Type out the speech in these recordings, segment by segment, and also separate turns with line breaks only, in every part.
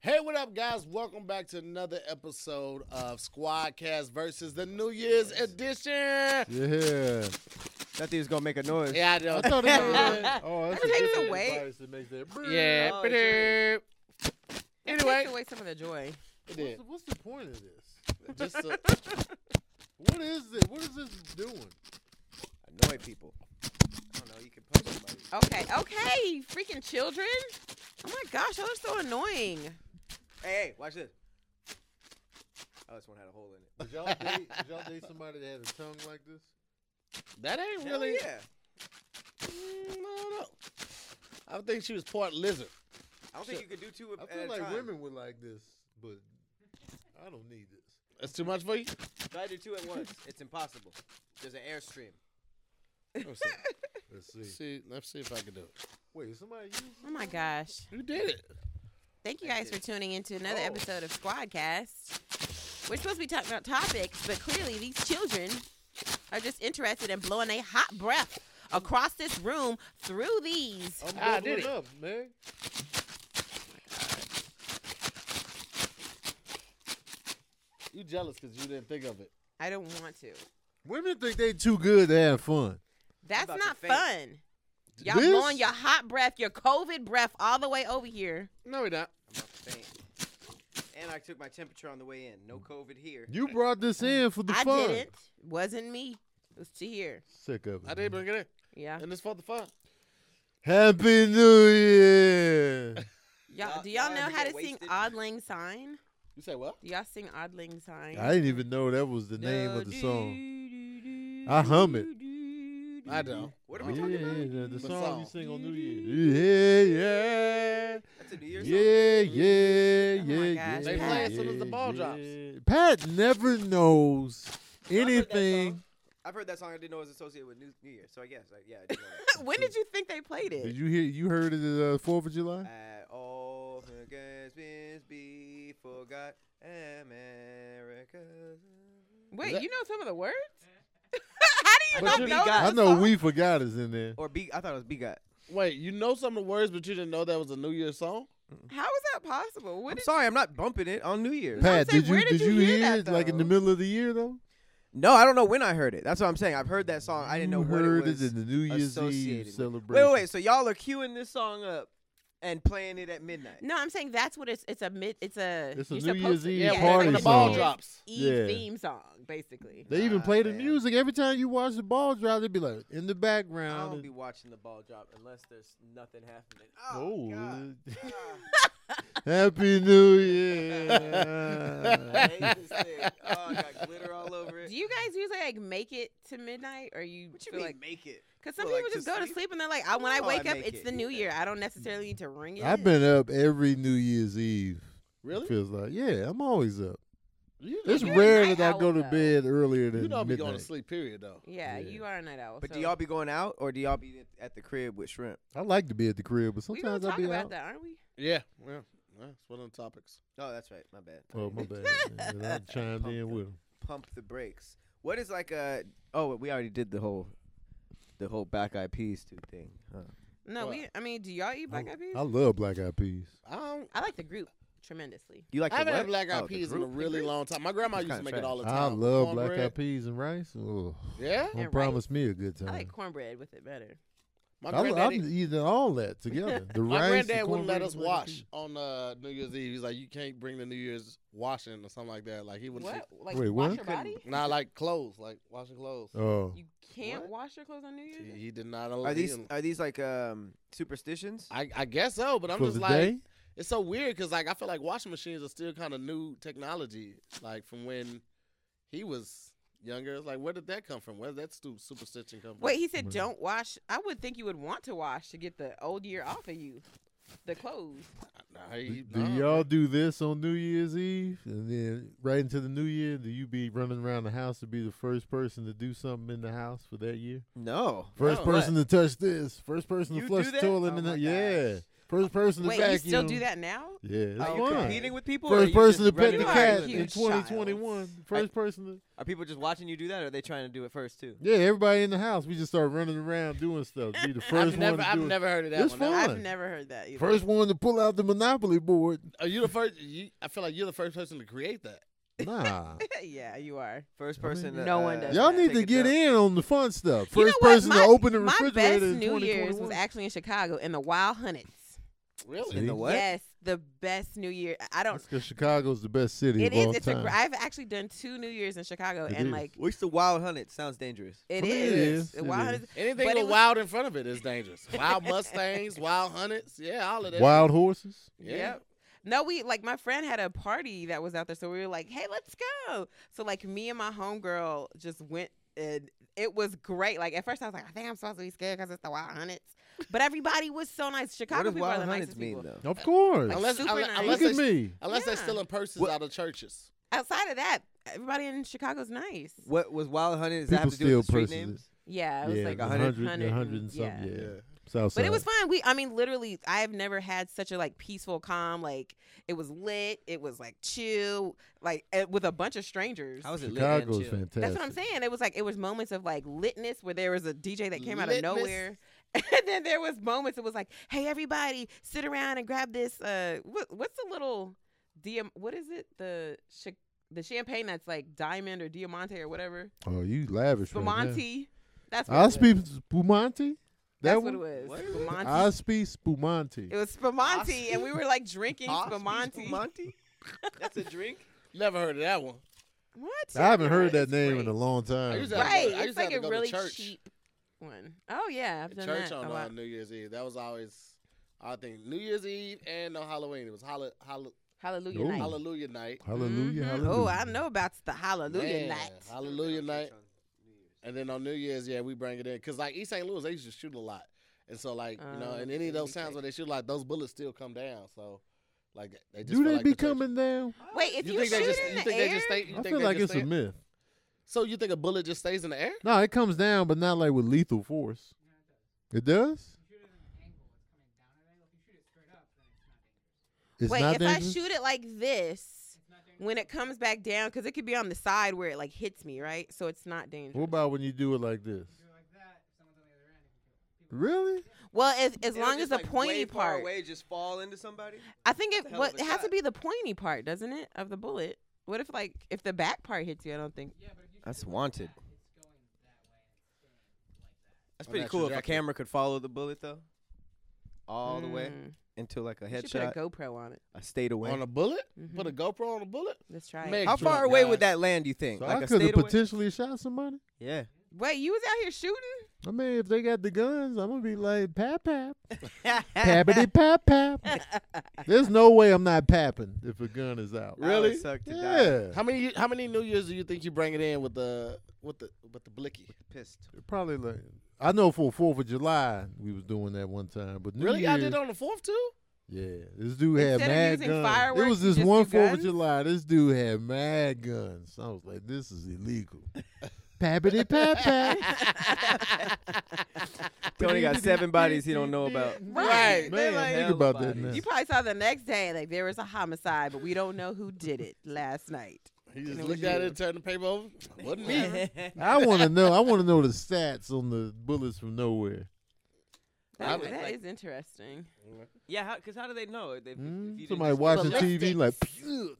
Hey, what up, guys? Welcome back to another episode of Squadcast versus the New Year's edition. Yeah,
Yeah.
That dude's gonna make a noise.
I know.
I thought it was. Oh, that's a
Takes
different
away-
device that makes that.
yeah.
Oh,
ba-doop.
Takes
anyway,
away some of the joy.
it
What's,
did.
the- what's the point of this?
Just a,
What is this? What is this doing?
Annoy people. I don't know. You can punch somebody.
Okay, okay, you freaking children. Oh my gosh, y'all are so annoying.
Hey, hey, watch this. Oh, this one had a hole in it.
Did y'all date, did y'all date somebody that had a tongue like this?
that ain't
Hell
really.
yeah.
Mm, I don't know. I would think she was part lizard.
I don't think you could do two
I
at
feel
a
like
time.
women would like this, but I don't need this.
That's too much for you.
Try to do two at once. It's impossible. There's an airstream.
Let's see.
Let's
Let's
see.
see, let's see if I can do it.
Wait, is somebody use
Oh my gosh.
You did it.
Thank you
I
guys for
did.
tuning into another
Oh.
episode of Squadcast. We're supposed to be talking about topics, but clearly these children are just interested in blowing a hot breath across this room through these.
I'm
Ah, I
doubling
did it.
up, man.
You jealous because you didn't think of it.
I don't want to.
Women think they too good to have fun.
That's
about
not
to faint.
fun. Y'all
This?
blowing your hot breath, your COVID breath, all the way over here.
No, we not.
I'm about to faint. And I took my temperature on the way in. No COVID here.
You brought this in for the
I
fun.
didn't. Wasn't me. It was to here.
Sick of it.
I did
man.
bring it
Yeah.
in, and it's for the fun.
Happy New Year.
Y'all,
Y'all-
do y'all
y'all
know
ever
how to
get
sing
wasted?
Odd Lang Syne?
You say what?
Do y'all sing Odd Lang Syne?
I didn't even know that was the name of the song. I hum it.
I don't.
What are
Yeah,
we talking about?
the, the
What
song,
song?
you sing on New Year.
That's a New
Yeah,
Year's song?
yeah, yeah,
Oh my
yeah, yeah.
gosh,
They
yeah,
play as soon as the ball drops.
Pat never knows
heard that
anything.
song. I've heard that song. I didn't know it was associated with New, New Year. So I guess, like, yeah. I do know that.
when did you think they played
Did
it?
you hear? You heard it at uh, Fourth of July?
At all against means be forgot America.
Wait,
That-
you know some of the words? how do you
But
not
you
know?
got-
that
I know
song?
we forgot is in there.
Or be I thought it was begot.
Wait, you know some of the words, but you didn't know that was a New Year's song?
How is that possible? What
I'm
did
sorry, I'm not bumping it on New Year's.
Pat,
saying,
did you
where did
did
you
you
hear
hear
that,
it like in the
though?
middle of the year though?
No, I don't know when I heard it. That's what I'm saying. I've heard that song. I didn't
You
know what
heard
it was
in the New Year's
associated
Eve
with.
celebration.
Wait, wait, wait. So y'all are queuing this song up and playing it at midnight.
no, I'm saying that's what it's. It's a mid. It's a.
It's a
you're
New
supposed
Year's
to-
Eve
yeah,
Yeah,
it's
when
party
like
the
a
ball
New
song.
drops.
Year's Eve
Yeah.
theme song, basically.
They even
Nah,
play the
man.
music every time you watch the ball drop. They be like in
I
the background.
don't
and-
be watching the ball drop unless there's nothing happening.
Oh,
Oh, God.
Happy New Year.
Ah, I hate this thing. Oh, I got glitter all over it.
Do you guys usually like make it to midnight, or you
what you
feel
mean
like?
make it?
Because some
Well, like,
people just
to
go to
sleep?
sleep and they're like, I, when I
No, I
wake up,
make
it's
it.
the new
Yeah.
year. I don't necessarily need to ring it.
I've been up every New Year's Eve.
Really?
It feels like yeah, I'm always up.
You
You're
It's
don't,
a
rare
night
that I go
owl,
to
though.
bed earlier than
you don't be
midnight.
going to sleep, period, though.
Yeah,
Yeah.
you are a night owl.
But
so-
do y'all be going out or do y'all be at- at the crib with shrimp?
I like to be at the crib, but
We gonna
sometimes I
talk
be
about
out.
that, aren't we?
Yeah, yeah. That's one of the topics.
Oh, that's right. My bad.
Oh my bad. And I chimed in with him.
Pump the brakes. What is like a? Oh, we already did the whole, the whole back eyed peas too thing. Huh?
No,
What?
we. I mean, do y'all eat black eyed peas?
I love black eyed peas.
I don't.
I like the group tremendously.
You like
I haven't
the
had
what?
black eyed
Oh, the
peas in
group?
a really long time. My grandma used to
kinda
make it
trash.
all the time.
I love black
Cornbread.
eyed peas and rice. Ugh.
Yeah,
Don't
rice.
promise me a good time.
I like cornbread with it better.
my
I lo- I'm
granddaddy.
eating all that together. The
My
rice,
granddad
the
wouldn't let
cornbread,
us
and black-eyed
wash
peas.
on uh, New Year's Eve. He's like, you can't bring the New Year's washing or something like that. Like he wouldn't.
What? Like
Wait,
wash
what?
your body?
Nah, like clothes, like washing clothes.
Oh,
You can't
What?
wash your clothes on New Year's.
He,
Eve?
he did not. allow-
Are
he
these
didn't-
are these like um superstitions?
I, I guess so, but I'm
for
just
the
like,
day.
it's so weird because like I feel like washing machines are still kind of new technology, like from when he was younger. It's like, where did that come from? Where did that stu- superstition come from?
Wait, he said
Mm.
don't wash. I would think you would want to wash to get the old year off of you, the clothes.
Nah,
Do,
he-
do
nah,
y'all do this on New Year's Eve, and then right into the New Year? Do you be running around the house to be the first person to do something in the house for that year?
No.
First
No.
person to touch this, first person
You
to
do
flush the
that?
toilet,
Oh
in
my
the, yeah,
gosh.
First person to
Wait,
vacuum.
you still do that now?
Yeah, it's
Are you
fun.
Oh, competing with people? or are
First
you
person to
just
pet
running
the
around?
cat
You
in
child.
2021. First person to.
Are people just watching you do that, or are they trying to do it first too?
Yeah, everybody in the house. We just start running around doing stuff. Be the 1st
I've
one
never,
to
I've
do it.
never heard of that
It's
one.
fun.
I've never heard that either.
First one to pull out the Monopoly board.
Are you the first? You, I feel like you're the first person to create that.
Nah.
yeah, you are.
First
I mean,
person. to,
No
uh,
one does
Y'all
that.
need to
take a
get
dump.
in on the fun stuff. First
You know what?
person
My-
to open the
My
refrigerator
best
in
New Year's
2021.
was actually in Chicago in the Wild Hundreds.
Really?
See?
In the what?
Yes, the best New Year. I- I don't.
That's 'cause Chicago's the best city
It
of all
is. It's a.
time.
gr- I've actually done two New Years in Chicago,
It
and
is.
like
What's the wild hunt? It sounds dangerous.
it
I mean,
is.
it is,
The
it
Wild
is.
Hundreds.
Anything
But
with
it
a
was-
wild in front of it is dangerous. Wild mustangs, wild hunteds, yeah, all of that.
Wild horses.
Yeah.
Yep. No, we like my friend had a party that was out there, so we were like, "Hey, let's go!" So like me and my homegirl just went, and it was great. Like at first I was like, "I think I'm supposed to be scared because it's the Wild Hundreds," but everybody was so nice.
What
Chicago
does
people are
wild
the
hunts
nicest
mean
people.
though?
Of course.
Unless,
super
unless,
nice.
unless,
Look
they,
at me.
unless they
Yeah.
stealing purses
What-
out of churches.
Outside of that, everybody in Chicago's nice.
What was wild hunting? Does that
People
have to do with the street
steal purses.
names?
Yeah, it was
Yeah,
like
a
100,
hundred, a hundred and
yeah.
something. Yeah. South
But it was fun. We, I mean, literally, I have never had such a like peaceful, calm. Like it was lit. It was like chill. Like eh, with a bunch of strangers.
How is it lit and
Chicago's
chill?
fantastic.
That's what I'm saying. It was like it was moments of like litness where there was a DJ that came out of
Litness.
nowhere. And then there was moments it was like, hey everybody, sit around and grab this uh what, what's the little DM what is it? The sh- the champagne that's like diamond or diamante or whatever.
Oh, you lavish. Right
Spumante. That's
now.
what
I
it was.
speak Spumante.
That's
That
what it
one.
was.
What?
Spumante.
I speak Spumante.
it was Spumante and we were like drinking Spumante.
Monty? That's a drink.
Never heard of that one.
What?
I haven't heard
That's
that name
great.
in a long time.
I used to have-
Right.
I used
It's
to have
like
to
a
go to
really
church.
cheap one. Oh yeah, I've done
Church
that
on
a
uh,
lot.
New Year's Eve. That was always, I think, New Year's Eve and on Halloween. It was holla, holla,
Hallelujah
Ooh.
night.
Hallelujah night.
Hallelujah,
Mhm.
hallelujah.
Oh, I know about the hallelujah
Man,
night.
Hallelujah night. And then on New Year's, yeah, we bring it in because like East St. Louis, they used to shoot a lot, and so like you know,
Oh,
in any of
okay,
those
okay.
times where they shoot, like those bullets still come down. So like they just
Do
feel
they
like
be
the church-
coming down?
Wait, if you,
think
shoot
they just
in
you
the
think
air,
they just stay? You
I
think
feel
they
like
just
it's
stay,
a myth.
So you think a bullet just stays in the air?
No, it comes down, but not like with lethal force. It does. It's
wait,
not
if I
dangerous?
shoot it like this, when it comes back down, because it could be on the side where it like hits me, right? So it's not dangerous.
What about when you do it like this? Really?
Well, as, as long as the pointy part,
away, just fall into somebody.
I think
the
it
hell
what
of
it
a
has to
shot.
be the pointy part, doesn't it, of the bullet? What if like if the back part hits you? I don't think.
That's wanted. That's
On
pretty
that
cool. If a
trajectory.
camera could follow the bullet though, all the way
Mm.
into like a
You should put a
headshot,
GoPro on it.
I stayed away.
On a bullet?
Mhm.
Put a GoPro on a bullet?
Let's try it.
Meg-
How
Big drop,
far away
guys.
would that land? You think?
So
like
I
a
could have
stayed away?
potentially shot somebody.
Yeah.
Wait, you was out here shooting?
I mean, if they got the guns, I'm gonna be like pap pap, pappity pap pap. There's no way I'm not papping if a gun is out.
That would suck to die.
Yeah.
How many how many New Year's do you think you bring it in with the with the with the blicky?
Pissed.
Probably like I know for Fourth of July we was doing that one time, but New
really?
Year's,
Y'all did it on the fourth too?
Yeah, this dude had
Instead of
mad
using
guns. it
fireworks,
was
you
this
just
one
do
Fourth of
guns?
July. This dude had mad guns. I was like, this is illegal. Pappity pap pap.
Tony got seven bodies he don't know about.
Right. They're
man.
like-
think about that
Hell
now.
You probably saw the next day like there was a homicide, but we don't know who did it last night.
He just
it was
looked at
you.
it, turned the paper over. Wasn't me.
I want to know. I want to know the stats on the bullets from nowhere.
I
That,
was
that
like-
is interesting.
yeah, how, cause how do they know? If, if,
Mm,
if you
Somebody
didn't
watching
Ballistics.
TV like, "Phew."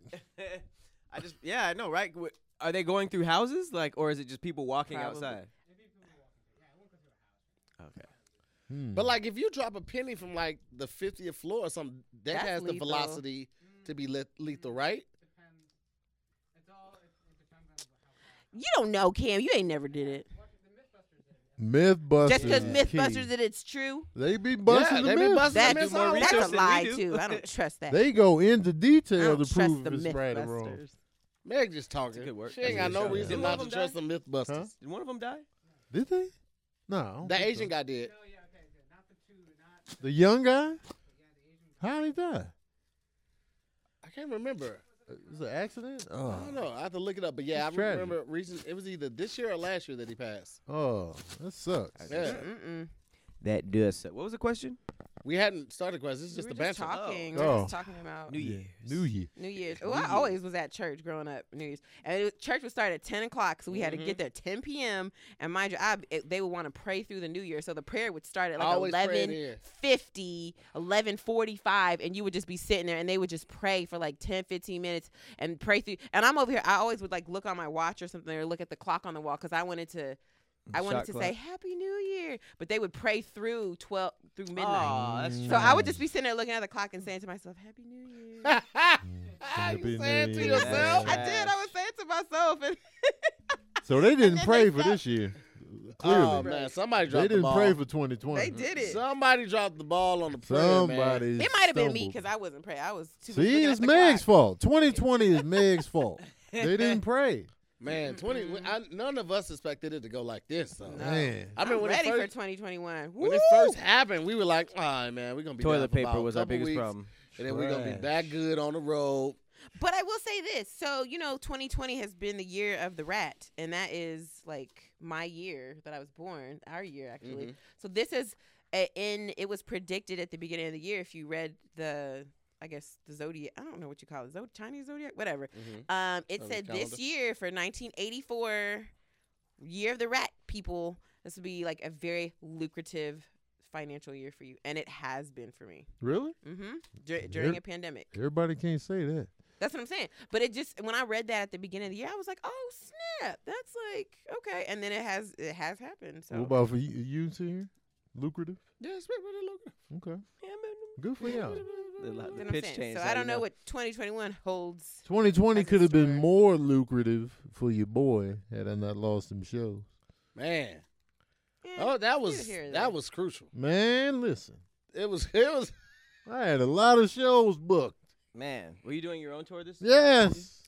I just yeah, I know, right? Wh- Are they going through houses, like, or is it just people walking
Probably.
outside?
Hmm.
But like if you drop a penny from like the fiftieth floor or something, that
That's
has the
lethal.
velocity to be le- lethal, right?
You don't know, Cam. You ain't never did it.
MythBusters,
Just because
is
MythBusters
key.
that it's true,
they be busting
Yeah,
the
they be
myth.
busting
that,
the myths
that's
all
research
a
than
lie
we do.
too. I don't trust that.
They go into
I
detail
don't
to
trust
prove
the
if it's right or wrong.
MythBusters.
Meg just talking.
good word.
She
That's
ain't
a
got
good
no
shout-out.
reason
Didn't
not
one
to
of
trust the MythBusters.
Huh?
Did one of them die?
Did they? No. I don't
That
think
Asian
so.
guy did.
The young guy? How did he die?
I can't remember.
It was an accident? Oh.
I don't know. I have to look it up. But yeah,
It's
I
tragic.
remember recent. It was either this year or last year that he passed.
Oh, that sucks.
Yeah.
Mm-mm.
That does. What was the question?
We hadn't started questions. It's
We
just
were
the banter.
talking. We
Oh.
We're just talking about
New
Yeah.
Year's.
New Year.
New Year's. Oh,
New
I
Year.
always was at church growing up. New Year's, and it was, church would start at ten o'clock, so we had to
Mm-hmm.
Mhm.
get there ten p.m. And mind you, I it, they would want to pray through the New Year, so the prayer would start at
I
like
always pray it
eleven
in.
50 1145 and you would just be sitting there and they would just pray for like 10 15 minutes and pray through and i'm over here i always would like look on my watch or something or look at the clock on the wall because i wanted to i wanted
Shot
to
clock.
say happy new year but they would pray through 12 through midnight
Aw, that's
so i would
Mm.
just be sitting there looking at the clock and saying to myself happy new year
Ah,
Happy
you say it
New
to
Year.
yourself?
i did i was saying to myself and
So they didn't
they
pray for
stopped.
this year. Clearly,
Oh man, somebody dropped
they
the
didn't
ball.
pray for
They
2020.
did it.
Somebody dropped the ball on the prayer,
Somebody.
man.
it might have been me
stumbled.
because i wasn't praying i was too busy
See,
looking
it's
at the clock.
Meg's fault. 2020 is Meg's fault. They didn't pray.
Man, twenty. I, none of us expected it to go like this. Though.
No.
Man.
I mean,
I'm
when
ready
it
for
first
2021
when it
Woo!
first happened, we were like, "All right, man, we're gonna be down
Toilet
for about
paper
a
was our
couple
biggest
weeks,
problem.
and then we're gonna be
Trash.
that good on the road."
But I will say this. So, you know, 2020 has been the year of the rat, and that is like my year that I was born, our year actually.
Mhm.
So, this is a, in it was predicted at the beginning of the year if you read the I guess the zodiac, I don't know what you call it, Zod- Chinese zodiac, whatever.
Mm-hmm.
Mhm.
Um, it
Oh, the
said this
calendar.
year for 1984, year of the rat, people, this would be like a very lucrative financial year for you, and it has been for me.
Really?
Mm-hmm. Dur- during
Yep.
a pandemic.
Everybody can't say that.
That's what I'm saying. But it just when I read that at the beginning of the year, I was like, oh snap, that's like okay. And then it has it has happened. So
What about for you, you two here? Lucrative?
Yes, we- we- look.
Okay. Good for y'all.
That's
The
what I'm
pitch
saying.
change.
So I don't know what 2021 holds.
2020
That's a
could have been
story.
more lucrative for your boy had I not lost some shows.
man.
Eh,
Oh, that was
here nor there.
that was crucial.
Man, listen.
It was it was.
I had a lot of shows booked.
Man, were you doing your own tour this?
Yes.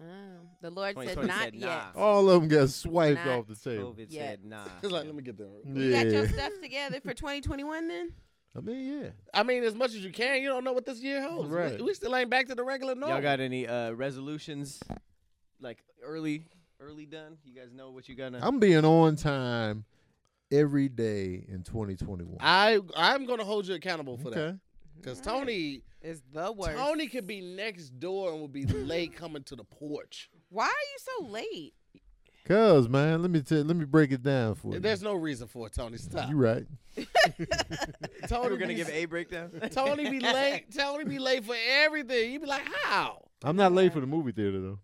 um, the Lord said
2020
not
said
yet.
nah.
All of them got swiped
Not
off the table.
COVID
Yeah.
said nah.
It's like, let me get there.
You got your
Yeah.
stuff together for 2021 then?
I mean, yeah.
I mean, as much as you can, you don't know what this year holds. We-
Right.
We, still ain't back to the regular norm.
Y'all got any uh, resolutions? Like early, early done. You guys know what you
Uh.
gonna.
I'm being on time every day in 2021.
I I'm gonna hold you accountable for that
okay.
because
All right.
Tony
Is the worst.
Tony could be next door and will be late coming to the porch.
Why are you so late?
Cuz, man, let me tell let me break it down for you.
There's no reason for it, Tony. Stop.
you right.
Tony
We're gonna
be-
give a breakdown.
Tony be late. Tony be late for everything. You be like, how?
I'm not late for the movie theater though.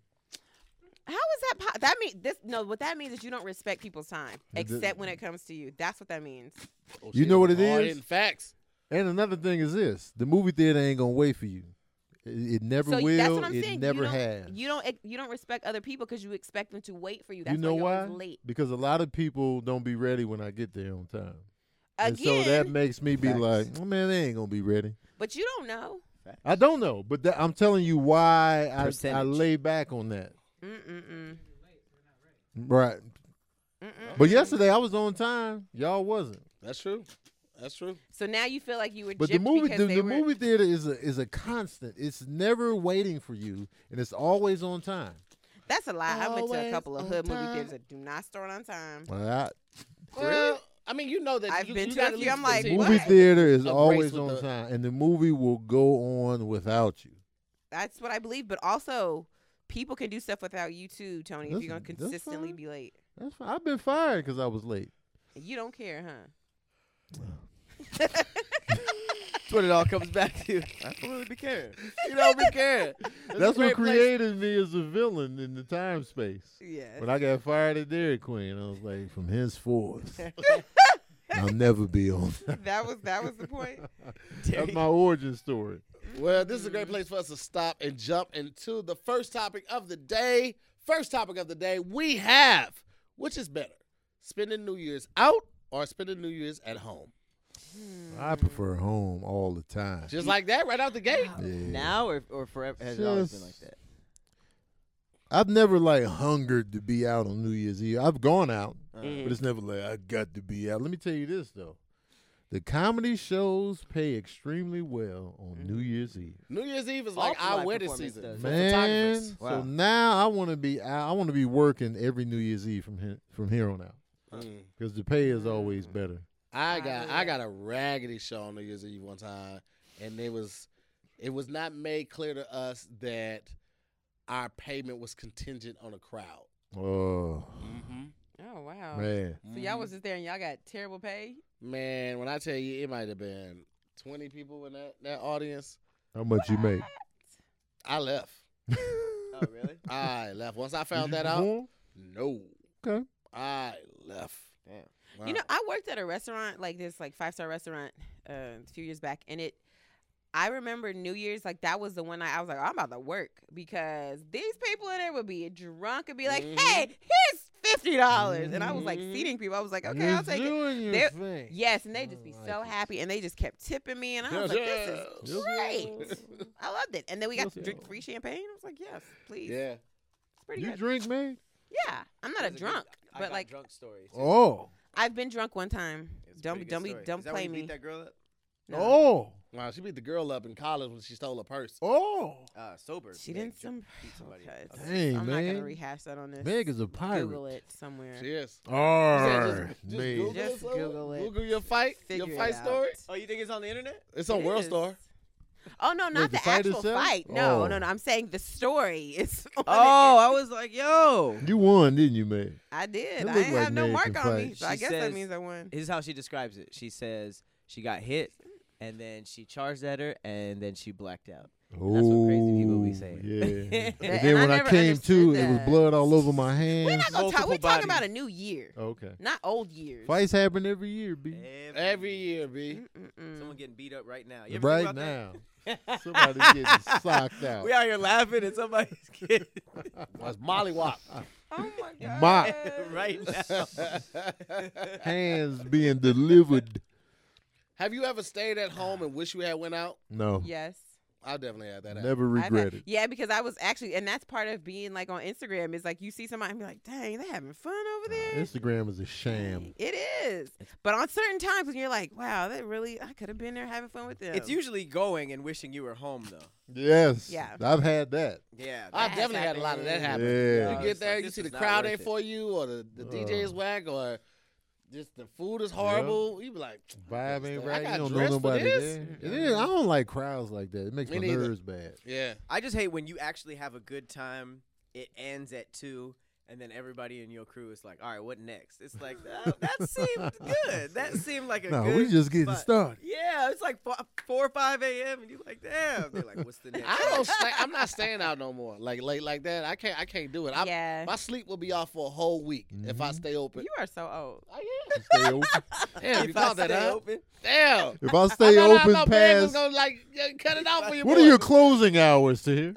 How is that? Po- that mean this? No, what that means is you don't respect people's time,
It did-
except when it comes to you. That's what that means.
Oh,
You
shit,
know what it
hard
is?
hitting Facts.
And another thing is this: the movie theater ain't gonna wait for you. It, it never
so
will.
that's what I'm
it
saying. you
never
don't,
has.
You don't ex- you don't respect other people because you expect them to wait for you.
You
That's
know
why you're
why?
always late.
Because a lot of people don't be ready when I get there on time, and so
Again,
that makes me be
Facts.
like, oh, "Man, they ain't gonna be ready."
but you don't know.
I don't know, but that, I'm telling you why I, I
Percentage.
lay back on that.
Mm-mm-mm.
Right,
Mm-mm.
but yesterday I was on time. Y'all wasn't.
That's true. That's true.
So now you feel like you were.
But the
gypped
movie,
because
the,
they
the
were-
movie theater is a is a constant. It's never waiting for you, and it's always on time.
That's a lie. I went to a
Always
couple of
on
hood movie
time.
theaters that do not start on time.
Well,
Well, I mean, you know that
I've
you,
been
you
to a
got at
few,
least
I'm like,
I,
15
movie
what?
theater
A
is
grace
always
with
on
the-
time, and the movie will go on without you.
That's what I believe. But also, people can do stuff without you too, Tony. if
That's-
you're gonna
that's
consistently
fine.
be late,
That's fine. I've been fired because I was late.
you don't care, huh?
That's what it all comes back to. I don't really be caring.
You don't be caring. It's a
That's what
great place.
created me as a villain in the time space.
Yeah.
When I got fired at Dairy Queen, I was like, from henceforth, I'll never be on. time.
that was that was the point.
That's my origin story.
Well, this is a great place for us to stop and jump into the first topic of the day. First topic of the day we have, which is better, spending New Year's out or spending New Year's at home?
I prefer home all the time.
Just like that, right out the gate.
Yeah.
Now or, or forever? Has it always been like
Just-
that?
I've never like hungered to be out on New Year's Eve. I've gone out,
Mm.
but it's never like I got to be out. Let me tell you this though. The comedy shows pay extremely well on New Year's Eve.
New Year's Eve is
All
like our
live
wedding
performance
season.
does.
for
Man,
photographers.
so
Wow.
now I want to be out. I want to be working every New Year's Eve from here, from here on out
Mm.
because the pay is always better.
I
I
got
know
I
that.
got a raggedy show on New Year's Eve one time, and it was it was not made clear to us that our payment was contingent on a crowd.
Oh
Oh wow.
man,
So y'all was just there and y'all got terrible pay.
man. When I tell you, it might have been twenty people in that that audience.
how much you make?
I left.
Oh, really?
I left once I
Did
found
you
that out.
perform?
No.
Okay.
I left.
Damn.
Wow.
You know,
Uh.
I worked at a restaurant like this, like five star restaurant, uh, a few years back, and it. I remember New Year's like that was the one night I was like, I'm about to work because these people in there would be drunk and be like,
Mm-hmm.
Mhm.
Hey, here's fifty dollars, and I was like
Mhm.
seating people. I was like,
You oh
Okay, I'll take it.
Mm-hmm. doing your
There-
thing.
Yes, and they
I
just be
like
so
it.
happy, and they just kept tipping me, and I was like, "This is
Yes.
great." I loved it, and then we got
Yes,
to drink
yes.
free champagne. I was like, "Yes, please."
Yeah.
it's pretty
You
good.
drink, man?
yeah, I'm not a
That was good-
drunk,
I
but
got
like
drunk stories. too.
Oh,
I've been drunk one time.
It was a pretty
Don't
good
don't be
story.
don't
Is that
play
when you
me.
Beat that girl up.
No.
oh,
Wow. She beat the girl up in college when she stole a purse.
oh.
Uh, sober.
She
Meg
didn't
ju-
some.
beat somebody.
Okay,
Okay.
it's-
Dang,
I'm not
man.
gonna rehash that on this.
Meg is a pirate.
Google it somewhere.
She is.
Arr,
Just- just
man.
Google
Just
it, son.
Google it.
Google your fight.
Figure
your
it
fight
out.
story.
Oh, you think it's on the internet?
It's on
It
World
is.
Star.
Oh no, not
the
the,
fight
actual
itself?
fight. No,
Oh.
no, no. I'm saying the story. It's on
Oh,
it.
I was like, yo.
You won, didn't you, man?
I did.
It
I
looked
didn't
like
have no
Meg
mark
can
on me,
fight.
so I
She
guess
says-
that means I won.
This is how she describes it. She says she got hit, and then she charged at her, and then she blacked out.
Oh,
what crazy people be saying.
Yeah.
And
and then
I
when I,
never
came to,
understood
it was
that.
blood all over my
We're
hands.
not gonna talk.
Multiple
We're talking about a
bodies.
new year,
okay.
not old years.
Fights happen every year, B.
Every year, B.
Mm-mm-mm.
Someone getting beat up right now. You ever think
Right
about that?
now, somebody getting socked out.
We out here laughing and somebody's getting
That's Molly Wop.
Oh my god.
Mop.
right now.
Hands being delivered.
Have you ever stayed at home and wish you had went out?
No,
Yes.
I'll definitely have that. happen.
never
I've had-
regret it.
Yeah, because I was actually, and that's part of being like on Instagram is like you see somebody and be like, dang, they having fun over
Nah,
there.
Instagram is a sham.
It is. But on certain times when you're like, wow, that really, I could have been there having fun with them.
It's usually going and wishing you were home though.
Yes.
Yeah.
I've had that.
Yeah.
I've
That
definitely had a
happened.
lot of that happen.
Yeah.
You get
It's like,
there, you
this
see
is
the
not
crowd
worth
ain't
it.
for you, or the, the DJ's
Ugh.
whack, or just the food is horrible. You be like,
Vibe ain't
I
right.
got
You don't know
dressed for
nobody
this?
there. It is. I don't like crowds like that. It makes
Me
my
neither.
nerves bad.
yeah,
I just hate when you actually have a good time. It ends at two, and then everybody in your crew is like, "All right, what next?" It's like that, that seemed good. That seemed like a
No,
good.
we just getting
spot.
started.
Yeah, it's like four, four or five a.m. and you're like, "Damn!" They're like, "What's the next?"
I don't. Stay, I'm not staying out no more. Like late like that. I can't. I can't do it. I'm,
yeah.
My sleep will be off for a whole week if I
Mhm.
stay open.
You are so old.
I am.
Stay open.
Damn, you
if I
caught that
stay
out.
open,
Damn.
If I
I
stay
thought I
open
thought Peg was
past,
gonna like yeah, cut it out for you.
what are
boy.
your closing hours to here?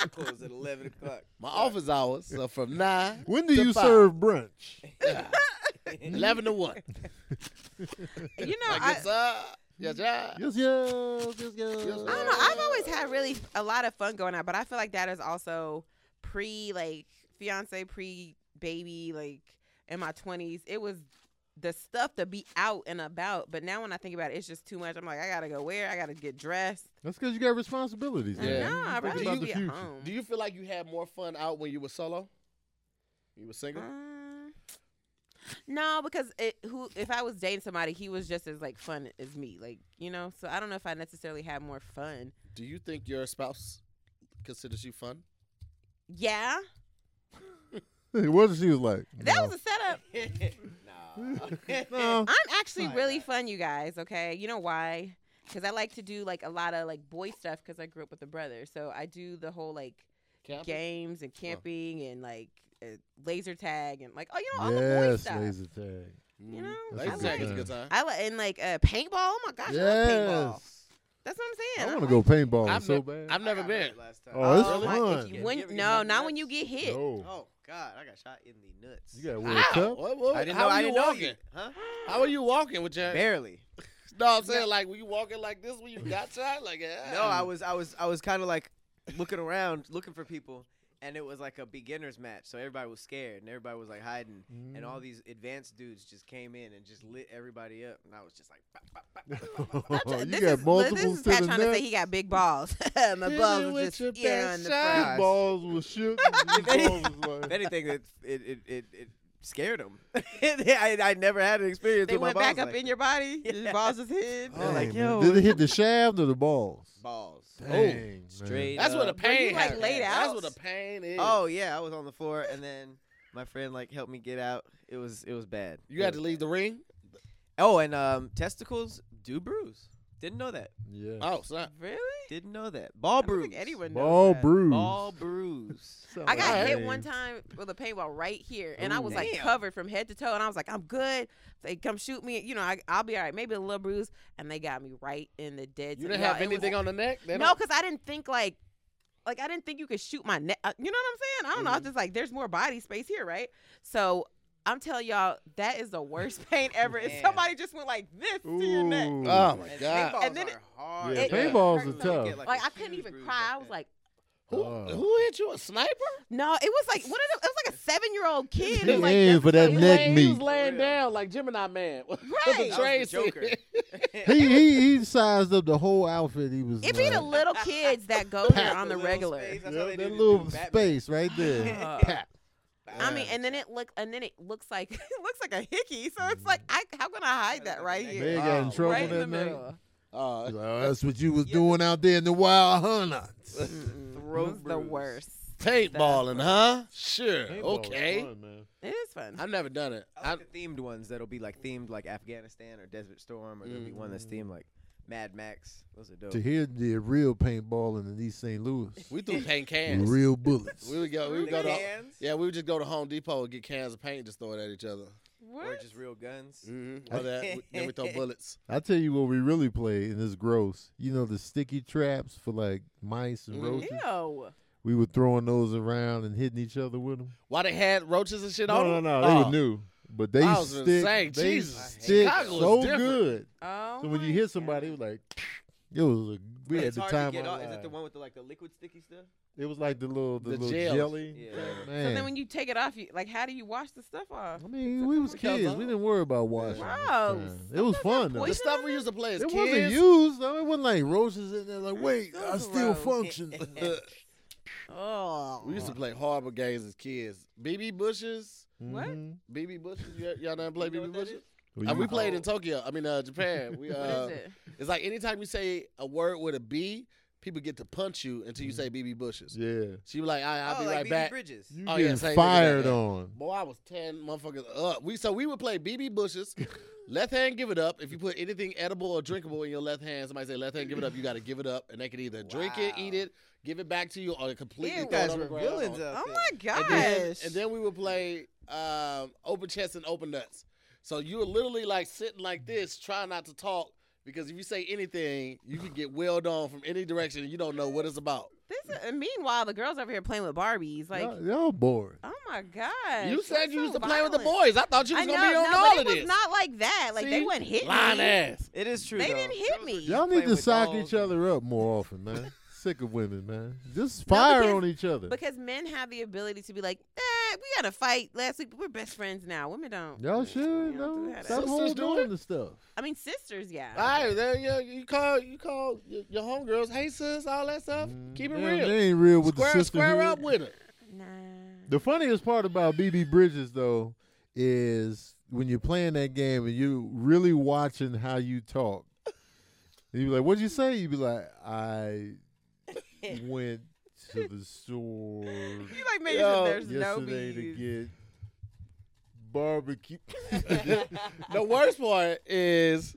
I close at eleven o'clock.
My office hours are from nine.
When do
to
you
five.
serve brunch?
Eleven to one.
You know,
Like,
I,
yes, sir. Yes, sir.
Yes, yes, yes, yes.
don't
I don't know. I've always had really a lot of fun going out, but I feel like that is also pre like fiance, pre baby, like in my twenties. It was the stuff to be out and about. But now when I think about it, it's just too much. I'm like, I gotta go where? I gotta get dressed.
That's because you got responsibilities.
Like,
Yeah.
No,
man.
I'd
You think
rather
about
just
the
be at
future.
home.
Do you feel like you had more fun out when you were solo? You were single.
Um, no, because it, who if I was dating somebody, he was just as like fun as me, like you know. So I don't know if I necessarily had more fun.
Do you think your spouse considers you fun?
Yeah,
What if she was like?
that
no.
was a setup.
no.
I'm actually
My
really
God.
fun, you guys. Okay, you know why? Because I like to do like a lot of like boy stuff because I grew up with a brother. So I do the whole like
Camping?
games and camping and like uh, laser tag and like oh you know all the boy
yes,
stuff.
laser tag.
You know,
Mhm.
That's
Laser tag
a good
is a good
time.
time.
I like and like uh, paintball. Oh my gosh, I love paintball.
Yes.
That's what I'm
I
saying.
want to go paintballing
I've
so
nev-
bad.
I've never been.
Last time.
Oh, it's
Oh, my-
fun.
if you
Yeah,
win-
you ever get hit
no,
in the
not when you
nuts?
get hit.
No.
Oh God, I got shot in the nuts.
You got to wear a
Ow.
cup.
What- what-
I didn't
how
know.
Are
I
you
didn't
walking?
know you. Huh?
How are you walking with your?
Barely.
No, I'm saying like were you walking like this when you got shot? Like
No, I was. I was. I was kind of like looking around, looking for people, and it was like a beginners match. So everybody was scared, and everybody was like hiding, and all these advanced dudes just came in and just lit everybody up, and I was just like, "Pop, pop, pop, pop, pop, pop."
Tr-
Oh, you
this
got
is, li-
multiples
this is
to
Pat
the
trying to
nuts.
say he got big balls. My
Hit me
balls
with
was
your
just yeah
best
in the
shot.
front.
His balls was shook. His balls was
if
like,
anything, it it it it, it scared them. I, I never had an experience.
They
with my
went back
balls
up
like
in your body.
Yeah.
Your balls just hid.
Oh, like,
Dang, man.
yo.
Did it hit the shaft or the balls?
that. balls.
Dang, man.
Straight.
That's what
up.
the pain.
you, like,
happens.
laid
That's
out?
what the pain is.
Oh yeah, I was on the floor, and then my friend like helped me get out. It was it was bad.
you had to leave the ring.
Oh, and um, testicles do bruise. Didn't know that.
Yeah.
Oh, snap.
Really?
Didn't know that. Ball
I don't
bruise.
think anyone knows
Ball
that.
bruise.
Ball bruise.
I got
Alright.
hit one time with a paintball right here, and I was like
Damn.
covered from head to toe, and I was like, "I'm good." They come shoot me, you know, I, I'll be all right. Maybe a little bruise, and they got me right in the dead.
You
center.
didn't
Y'all,
have
it was-
anything on the neck. They
No,
don't-
because I didn't think like, like I didn't think you could shoot my neck. uh, You know what I'm saying? I don't know. I was just like, there's more body space here, right? So I'm telling y'all, that is the worst pain ever. If
Man.
somebody just went like this to your neck,
Ooh.
Oh my god.
And Paintballs
And then
are
it-
hard.
Yeah,
It-
paintballs
hurts
are
so you
get,
tough.
like
a
I couldn't
huge
even
bruise
cry.
like
I was
that.
like,
Who,
Oh.
who hit you? A sniper?
no, it was like one of the, it was like a seven year old kid.
He
who, like,
aimed
doesn't
for that
He
know-
was
neck
laying- He was
meat.
laying
For real.
down like Gemini Man. with
Right.
the
That
train
was the Joker.
scene.
He, he he sized up the whole outfit. He was.
It be the
like,
little kids that go there on the regular.
yeah, that little space right there. Pap.
I mean, and then it look, and then it looks like it looks like a hickey. So it's like, I, how can I hide that right
Man
here,
Big
got in
Wow.
trouble
right in
that
the
night.
middle?
Uh,
He's like, "Oh, that's what you was
Yeah. Mm.
doing out there in the wild, huh? not?"
Mm-mm.
Throat
It was the
bruise.
worst.
paintballing, huh? Sure.
Paintball is
okay.
fun, man.
It is fun.
I've never done it.
I
I,
like the themed ones that'll be like themed like Afghanistan or Desert Storm, or there'll be one that's themed like Mad Max. Those are dope.
To hear the real paintballing in East St. Louis,
we threw paint
with
cans.
real bullets.
We would go. We would go to.
Cans
Yeah, we would just go to Home Depot and get cans of paint and just throw it at each other.
or just real guns.
Mm-hmm. Or that. we- then we throw bullets.
I tell you what, we really play, and it's gross. You know the sticky traps for like mice and
Mhm.
roaches.
Ew.
We were throwing those around and hitting each other with them.
Why they had roaches and shit
No,
on
no,
them?
no, they
Oh.
were new, but they
I was gonna
stick.
say,
they
Jesus,
stick
Chicago is
so
different.
good.
Oh.
So when
my
you hit somebody,
God.
it was like it was. A, we had
it's
the
hard to
time.
get
of our
off. Is it the
lives.
one with the like the liquid sticky stuff?
It was like the little the,
The
little
gels.
jelly.
Yeah.
Oh,
So
Man.
then when you take it off, you like, how do you wash the stuff off?
I mean, we was
It comes
kids.
off.
We didn't worry about washing.
Wow.
Wow. It was fun though.
The
poison
stuff
in
we
it?
used to play as
It
kids.
wasn't used though. It wasn't like roaches in there. Like,
That's
wait,
so
I still
gross.
function.
Oh.
We used to play horrible games as kids. BB Bushes.
What?
Mhm.
BB Bushes. You, y'all done play
You know
BB
what that
Bushes?
Well,
Uh,
you-
we played in Tokyo. I mean, uh, Japan. We, uh,
What is it?
It's like anytime you say a word with a B, people get to punch you until you say BB Bushes.
Yeah.
She was like, "All right, I'll
oh,
be
like
right
BB
back.
Bridges.
You
Oh, yeah,
getting
same thing,
fired
yeah.
on.
Boy, I was ten motherfuckers up. We so we would play BB Bushes. left hand, give it up. If you put anything edible or drinkable in your left hand, somebody say left hand, give it up. You got to give it up, and they can either drink it, eat
Wow.
it, give it back to you, or completely
Ew.
throw
You guys
it on
were
the ground.
villains out
Oh
there.
my gosh.
And then, and then we would play um, open chest and open nuts. So you were literally like sitting like this, trying not to talk, because if you say anything, you could get welled on from any direction, and you don't know what it's about.
this is, and meanwhile, the girls over here playing with Barbies. Like,
y'all, y'all bored.
oh my god.
you said you used to play with the
boys.
boys. I thought you
I
was
know,
gonna be on
no,
all
but
of
it was
this.
not like that. Like they
See?
wouldn't hit
Lying
me.
ass.
It is true.
They
though.
didn't hit
Those
me.
were just
Y'all
Y'all need
playing
to
with
sock
dolls
each other up more often, man. Sick of women, man. Just
No,
fire
because-
on each other.
Because men have the ability to be like, eh, we had a fight last week, but we're best friends now. Women don't.
Y'all should
do
no.
that.
Stop
Sisters
holding
do
doing
it?
the stuff.
I mean, sisters, yeah.
All right, then you, you call you call your, your homegirls, hey sis, all that stuff. Keep it
Damn,
real.
They ain't real with
Square
the sisterhood.
square up with it.
Nah.
The funniest part about BB Bridges though is when you're playing that game and you really watching how you talk. You be like, "What'd you say?" You be like, "I went to the store
You like making
Yo,
sure there's no
yesterday to
bees.
get barbecue."
the worst part is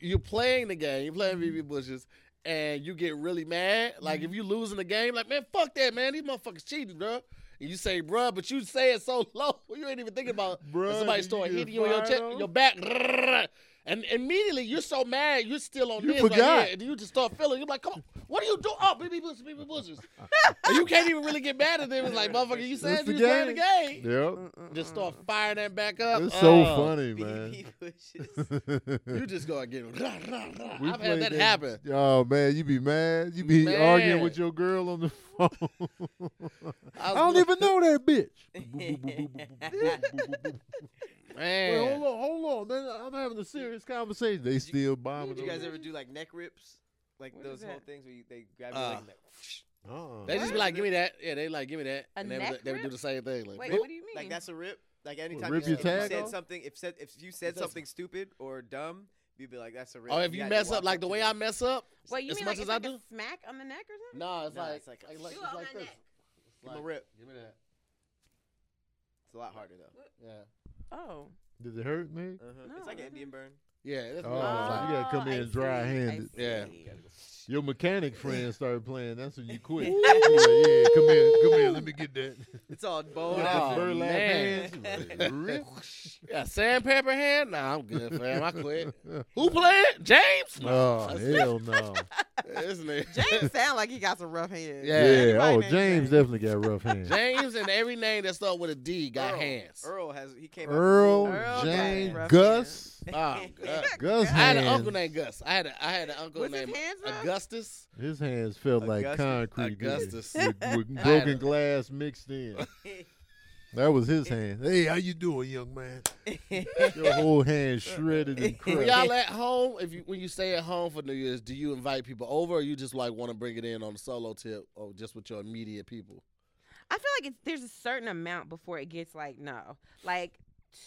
you're playing the game, you're playing BB Bushes, and you get really mad. Like
Mm-hmm.
if you losing the game, like man, fuck that, man. These motherfuckers cheating, bro. And you say, bruh, but you say it so low, you ain't even thinking about
Bruh,
when somebody
did you
start
get
hitting you in your
fired
chest,
on?
your back, and immediately you're so mad, you're still on
You
this
forgot.
right here, and you just start feeling. You're like, come on, what are you doing? Oh, BB Bushes, BB Bushes, and you can't even really get mad at them. It's like, motherfucker, you said
That's the
you was playing the
game.
game,
yep,
just start firing that back up.
it's so
Oh.
funny,
BB
man.
Bushes.
You just gonna get rah, rah, rah.
We
I've had
played
that happen.
Oh man, you be mad. You be arguing
Mad.
with your girl on the phone. I,
was
don't
gonna-
even know that bitch. Wait,
Man,
hold on, hold on. Then I'm having a serious conversation. They still bombing.
Did you guys
over
ever do like neck rips? Like
What is
those whole
that?
things where you, they grab
Uh,
your leg and like,
there. Uh-uh.
they just be
What?
like, "Give me that." Yeah, they like, "Give me that,"
A
and they, would-
neck
they would do
rip?
the same thing. Like,
Wait,
"Whoop."
what do you mean?
like that's a rip? Like anytime
rip
you,
your
said- if you
tag
said
off?
something, if said if you said
That's-
something stupid or dumb, you'd be like, "That's a rip."
Oh, if you
had to
mess
walk
up like the
to
way
them.
I mess up,
Well, you
as
mean
much
like,
as
it's
I
like
do.
a smack on the neck or something?
No, it's
Nah,
like
it's like a
like- like-
Shoe
it's
on
like
my
this.
neck.
It's
Give 'em a
like-
rip.
Give me that.
It's a lot harder though.
Yeah.
Oh,
Did it hurt, man?
Uh-huh.
No,
it's like
I
Indian burn.
Yeah. That's
Oh,
what it's like.
you gotta come
Oh,
in
I see,
dry-handed.
I
Yeah.
see.
Your mechanic friend started playing. That's when you quit. You like, yeah, come here, come here. Let me get that.
It's all bone.
With the
Oh,
burlap
man.
hands, you like, rip.
Yeah, sandpaper hand? Nah, I'm good, fam. I quit. Who playing? James?
Oh hell no!
This nigga.
James sound like he got some rough hands.
Yeah.
Yeah.
Everybody
Oh,
named
James definitely got rough hands.
James and every name that start with a D got
Earl.
hands.
Earl has he came. out-
Earl,
Earl got
James,
rough
Gus,
Oh, God.
Gus.
I had an
hands-
uncle named Gus. I had a, I had an uncle
Was his
named
hands rough?
Augustus.
His hands felt like
Augustus.
concrete. didn't they?
Augustus.
with, with
I had a-
broken glass mixed in. That was his hand. Hey, how you doing, young man? Your whole hand shredded and
When
crushed.
y'all at home, if you when you stay at home for New Year's, do you invite people over, or you just like want to bring it in on a solo tip, or just with your immediate people?
I feel like it's, there's a certain amount before it gets like no, like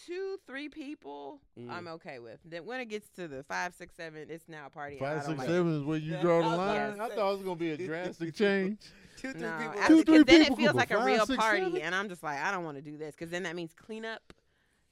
two, three people.
Mm.
I'm okay with. Then when it gets to the five, six, seven, it's now a party. and I
Five,
don't
six,
like it.
seven is where you
Yeah,
draw the
I was
line.
about
I
to
thought it was gonna be a drastic change.
Two, three
No,
people.
I-
Two, three
because then
people
it feels
could
like
go
a real
five, six,
party,
seven.
and I'm just like, I don't want to do this because then that means cleanup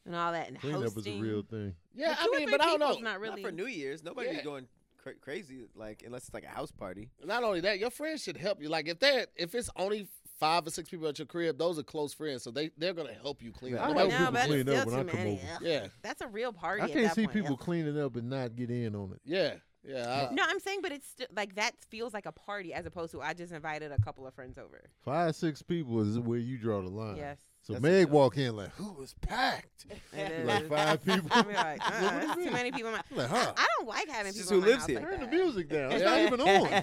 and all that and
Cleanup
hosting.
is a real thing.
Yeah,
two
I
or
mean,
three
but I don't
people's
know.
Not
Not
really.
for New Year's. Nobody's
Yeah.
going cra- crazy like unless it's like a house party.
Not only that, your friends should help you. Like if they are if it's only five or six people at your crib, those are close friends, so they they're gonna help you clean
Yeah,
up.
I
Nobody-
help
no,
people
but it's
clean up
still
when I
too
come
many.
over.
Ugh,
Yeah,
That's a real party.
I
at
can't
that
see
point.
people
Ugh.
cleaning up and not get in on it.
yeah, yeah. I,
No, I'm saying, but it's still like that feels like a party as opposed to I just invited a couple of friends over.
Five, six people is where you draw the line.
Yes.
So
That's a
Meg
joke.
walk in like, who was packed?
It is.
Like five people.
I'm like,
What
uh-uh,
do you
that's too
mean?
many people. In my,
I'm like, huh?
I don't like having
It's just
people
who
in my
lives
house
here.
like
Turn the
that.
music down. It's not
Yeah.
even
I
on.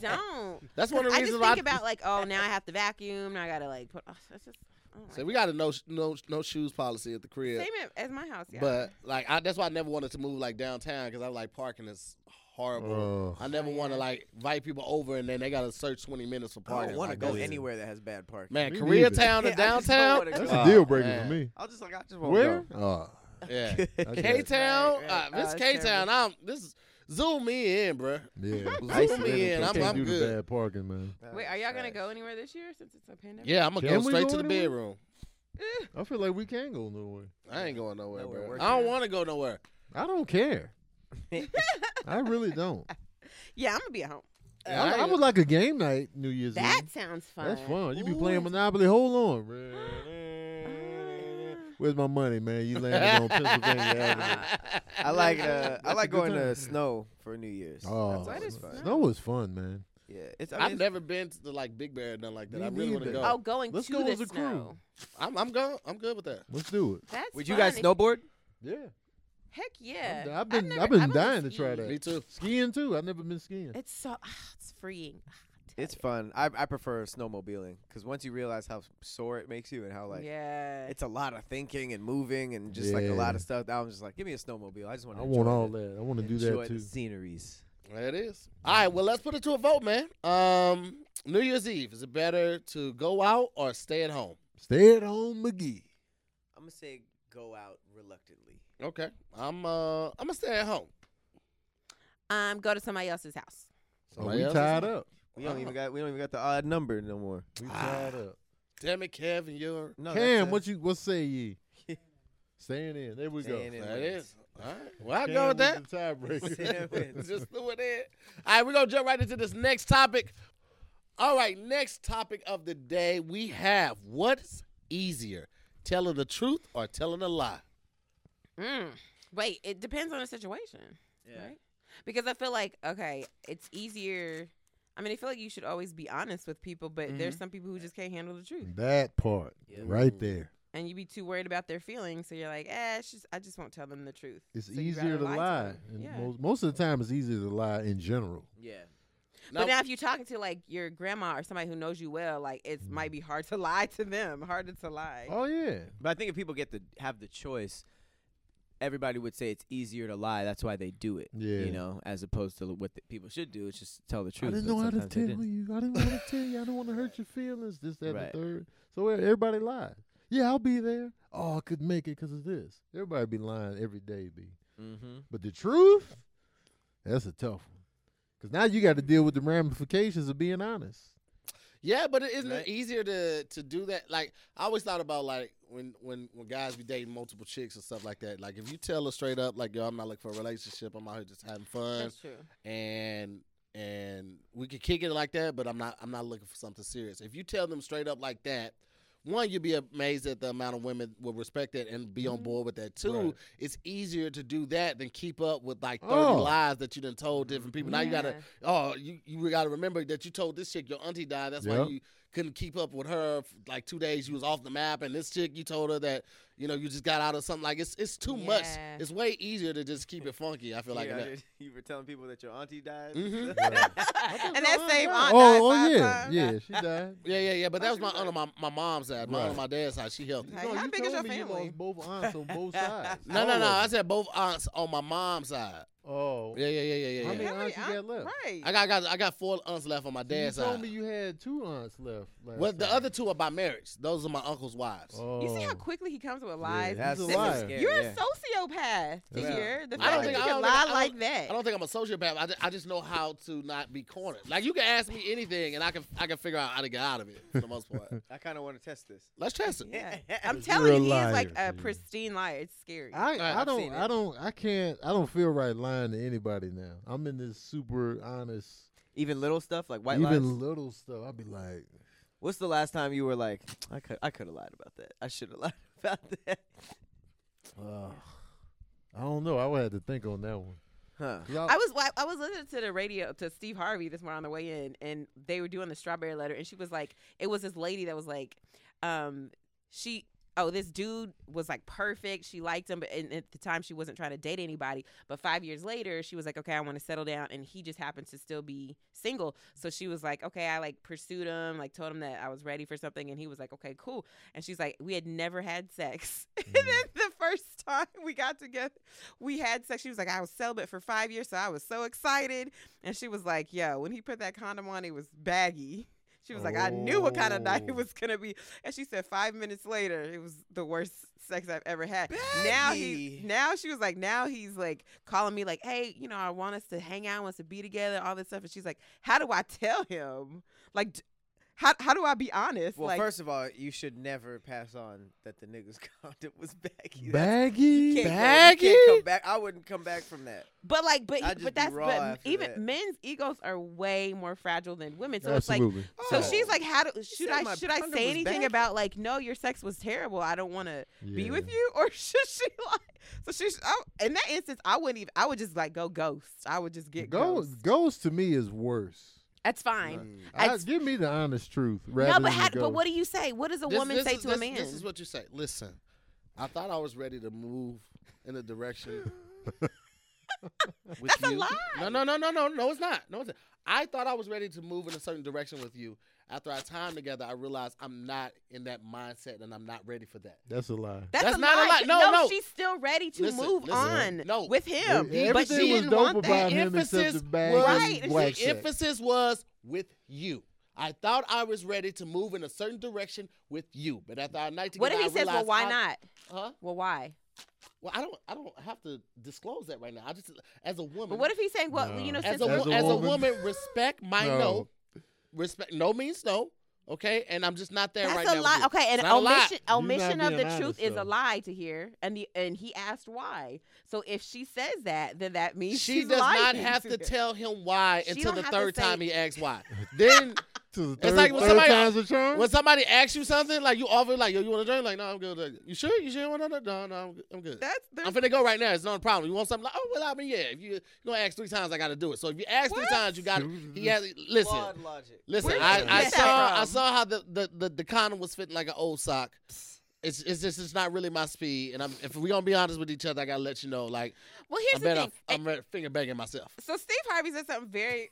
don't.
That's one of the
I just
reasons
think
why.
about like, oh, now I have to vacuum. Now I gotta like put. Oh, it's just. I don't
so
like
we got a no no no shoes policy at the
it.
crib.
Same at- as my house, yeah.
But like I, that's why I never wanted to move like downtown because I like parking is horrible.
Oh,
I never
Oh,
want to
yeah. Oh,
like invite people over and then they gotta search twenty minutes for
I
parking.
don't want to
Like,
go
that's-
anywhere that has bad parking.
Man,
Me
Koreatown to
neither. Yeah, I just don't
downtown.
wanna go.
that's
Oh,
a deal breaker
man.
for me.
I'll just like I just won't
Where?
go.
Oh,
Yeah,
I
K
guess.
Town.
Right, right.
Uh, this
Oh,
K
it's
Town. I'm this is zoom me in, bruh.
yeah.
Zoom me in.
I
I'm,
can't
I'm
do the
good.
bad parking, man.
Wait, are y'all gonna go anywhere this year since it's a pandemic?
Yeah, I'm gonna
Can
go
we
straight to
go
the
anywhere?
bedroom.
Eh,
I feel like we can go nowhere.
I ain't going nowhere,
Nowhere
bro.
working
I don't
out.
want to go nowhere.
I don't care. I really don't.
yeah, I'm gonna be at home.
Yeah,
I,
I
I
ain't-
would like a game night New Year's
That
Eve.
sounds fun.
That's fun. You be
Ooh,
playing
it's-
Monopoly. Hold on.
Ah.
Where's my money, man? You landed on Pennsylvania Avenue.
I like uh,
That's
I
a
like
good
going
time.
to snow for New Year's.
Oh,
That's
What
always
is
fun.
snow?
snow was fun, man.
Yeah, it's I mean,
I've
it's-
never been to like Big Bear or nothing like that.
Me
I really want to
neither.
go.
Oh, going
Let's
to
go
the
as a crew.
snow.
I'm I'm go. I'm good with that.
Let's do it.
That's
Would you
fun.
guys snowboard?
Yeah,
Heck yeah.
I've been-
never-
I've been
only
dying to try
skied.
that.
Me too.
skiing too. I've never been skiing.
It's so ah, it's freeing. I tell
It's
ya.
fun. I I prefer snowmobiling because once you realize how sore it makes you and how like
yeah.
it's a lot of thinking and moving and just like a lot
Yeah.
of stuff. I'm just like, give me a snowmobile. I just want.
I want all that. I want to do
enjoy
that
the
too.
sceneries.
There it is. All right. Well, let's put it to a vote, man. Um, New Year's Eve is it better to go out or stay at home?
Stay at home, McGee.
I'm gonna say go out reluctantly.
Okay. I'm uh I'm gonna stay at home.
um, go to somebody else's house.
Oh,
Somebody
we
else's
tied
house?
up.
We don't even got we don't even got the odd number no more.
We
Ah.
tied up.
Damn it, Kevin, you're
No,
Cam, what you what say ye? Staying in. There we
Staying
go.
in.
that
wins.
is. All right. Well, I
Cam
go with that.
was the tiebreaker.
Sam wins.
Just do it in. All right, we're gonna jump right into this next topic. All right, next topic of the day we have what's easier, telling the truth or telling a lie?
Mm. Wait, it depends on the situation, right? Because I feel like okay, it's easier. I mean, I feel like you should always be honest with people, but
Mm-hmm.
there's some people who just can't handle the truth,
that part
Yeah.
right there.
and you be too worried about their feelings, so you're like, eh, it's just, I just won't tell them the truth.
It's
So you'd
easier
rather
to lie.
them.
and
yeah.
most, most of the time, it's easier to lie in general.
Yeah.
but now if you're talking to like your grandma or somebody who knows you well, like it might be hard to lie to them, harder to lie.
Mm-hmm. Oh yeah,
But I think if people get to have the choice, everybody would say it's easier to lie. That's why they do it.
Yeah.
You know, as opposed to what the people should do, is just tell the
I
truth.
didn't
but
know how to
sometimes they
tell
didn't.
you. I didn't want to tell you. I don't want to hurt your feelings. This, that,
Right.
and the third. So e- everybody lied. Yeah, I'll be there. Oh, I could make it because of this. Everybody be lying every day, B.
Mm-hmm.
But the truth, that's a tough one. Because now you got to deal with the ramifications of being honest.
Yeah, but it isn't
Right.
it easier to to do that? Like I always thought about like when when when guys be dating multiple chicks and stuff like that. Like if you tell her straight up, like yo, I'm not looking for a relationship. I'm out here just having fun,
That's true.
and and we could kick it like that. But I'm not I'm not looking for something serious. If you tell them straight up like that. One, you'd be amazed at the amount of women will respect that and be on
Mhm.
board with that. Two,
Right.
it's easier to do that than keep up with like thirty
Oh.
lies that you done told different people. Now you gotta
Yeah.
Oh, you you gotta remember that you told this chick your auntie died. That's why
Yep.
you couldn't keep up with her. f- Like two days, you was off the map, and this chick you told her that you know you just got out of something. Like it's it's too much.
Yeah.
It's way easier to just keep it funky. I feel like.
yeah, Mm-hmm.
that.
dude, you were telling people that your auntie died.
Mhm.
and that same aunt died
Oh, oh
five
yeah,
times.
yeah, she died.
Yeah, yeah, yeah. But
Oh,
that was
she
my
was
aunt on my, my mom's side. My aunt on
Right.
my dad's side. She healthy.
Like, how
you
big is
told
your
me you
family?
lost both aunts on both sides.
No, no,
All
no. I
of them.
said both aunts on my mom's side.
Oh,
Yeah, yeah, yeah, yeah,
How
yeah. yeah.
many
How many
aunts you got
aunt-
left?
Right.
I got, I got I got four aunts left on my
You
dad's
told
side.
me you had two aunts left. last
well, the
time.
other two are by marriage. Those are my uncle's wives.
Oh.
you see how quickly he comes with lies.
that's
This
a
is-
lie.
You're a sociopath. To
That's-
I
hear the fact
don't think-
that you
I don't
can
think- I
lie
don't-
like that.
I don't think I'm a sociopath. I just, I just know how to not be cornered. Like you can ask me anything, and I can I can figure out how to get out of it for the most part.
I kind of want to test this.
Let's test it.
Yeah.
You're
I'm telling
a
you, he's like
liar,
a
dude.
pristine liar. It's scary.
I, I
I've
don't
seen
I
it.
don't I can't I don't feel right lying to anybody now. I'm in this super honest
Even little stuff like white
even
lies.
little stuff. I'd be like
What's the last time you were like, I could I could have lied about that. I should have lied about that.
uh, I don't know. I would have to think on that one.
Huh.
'Cause I-
I was li- I was listening to the radio to Steve Harvey this morning on the way in, and they were doing the strawberry letter, and she was like, it was this lady that was like, um, she. Oh, this dude was like perfect. She liked him, but and at the time she wasn't trying to date anybody. But five years later, she was like, "Okay, I want to settle down," and he just happened to still be single. So she was like, "Okay," I like pursued him, like told him that I was ready for something, and he was like, "Okay, cool." And she's like, "We had never had sex." and then the first time we got together, we had sex. She was like, I was celibate for five years, so I was so excited. And she was like, Yo, when he put that condom on, it was baggy. She was like, I knew what kind of night
Oh.
it was gonna be. And she said five minutes later, it was the worst sex I've ever had. Now he
Baggy.
now she was like, now he's like calling me like, Hey, you know, I want us to hang out, I want us to be together, all this stuff. And she's like, How do I tell him? Like d- how, how do I be honest?
Well,
like
first of all, you should never pass on that the nigga's condom was baggy. That's- you
baggy
can't go- you
Baggy?
can't come back. I wouldn't come back from that.
But like, but
I'd
he-
just
but
be
that's
raw
but
after
even
that.
men's egos are way more fragile than women. So it's
Absolutely.
like, so
Oh.
she's like, how do should
said
I
my
should I
condom
say
was
anything
bad.
about like, no, your sex was terrible. I don't want to be with
Yeah.
you, or should she like? So she's I, in that instance, I wouldn't even. I would just like go ghost. I would just get
Ghost,
ghost.
ghost to me is worse.
That's fine.
Mm.
I-
That's-
give me the honest truth.
No,
Rather
but
than
how,
the
but what
ghost.
do you say? What does a
This-
woman
this
say
is-
to
this-
a man?
This is what you say. Listen, I thought I was ready to move in the direction. with
That's a
you.
lie.
No, no, no, no, no, no. It's not. No, it's not. I thought I was ready to move in a certain direction with you. After our time together, I realized I'm not in that mindset, and I'm not ready for that.
That's a lie.
that's,
That's
a
not a
lie.
lie. No, no.
she's still ready to
Listen,
move
listen.
on
No.
with him.
E-
but
everything
she
was
didn't
dope
want
about
that.
him except
emphasis
the bag
was-
Right,
and
and
wax
The
sack.
emphasis was with you. I thought I was ready to move in a certain direction with you, but after our night
What
together,
if he
I
says, well,
realized
why
I'm-
not?
Huh?
Well, why?
Well, I don't. I don't have to disclose that right now. I just, as a woman,
But what if he's saying, well, you know,
No.
as
since
a,
As
wo-
a
as a
woman-
woman, respect my no.
No.
Respect no means no. Okay, and I'm just not there
that's
right
a
now.
lie,
with you.
okay,
It's
an
not a lie.
omission
not
omission of
being
the
honest,
truth is
though.
a lie to here, and the and he asked why. So if she says that, then that means
She
she's
does not
lying
have to
him.
tell him why
She
until
don't
the
have to
third
say-
time he asks why. then
To the
It's
third,
like when
third
somebody-
time's a charm.
when somebody asks you something, like you offer, like yo, you want a drink? Like no, I'm good. Like, you sure? You sure you want another? No, no, I'm good. I'm good.
That's there's,
I'm finna go right now. It's not a problem. You want something? Like, oh well, I mean, yeah. If you you gonna ask three times, I gotta do it. So if you ask
What?
three times, you got to He has listen,
Flawed logic.
listen.
Where'd
I,
you
I
get that
saw I
from?
saw how the, the, the, the condom was fitting like an old sock. It's it's just it's not really my speed. And I'm if we gonna be honest with each other, I gotta let you know. Like
well,
I
here's the
bet
thing.
I'm, I'm re- finger banging myself.
so Steve Harvey said something very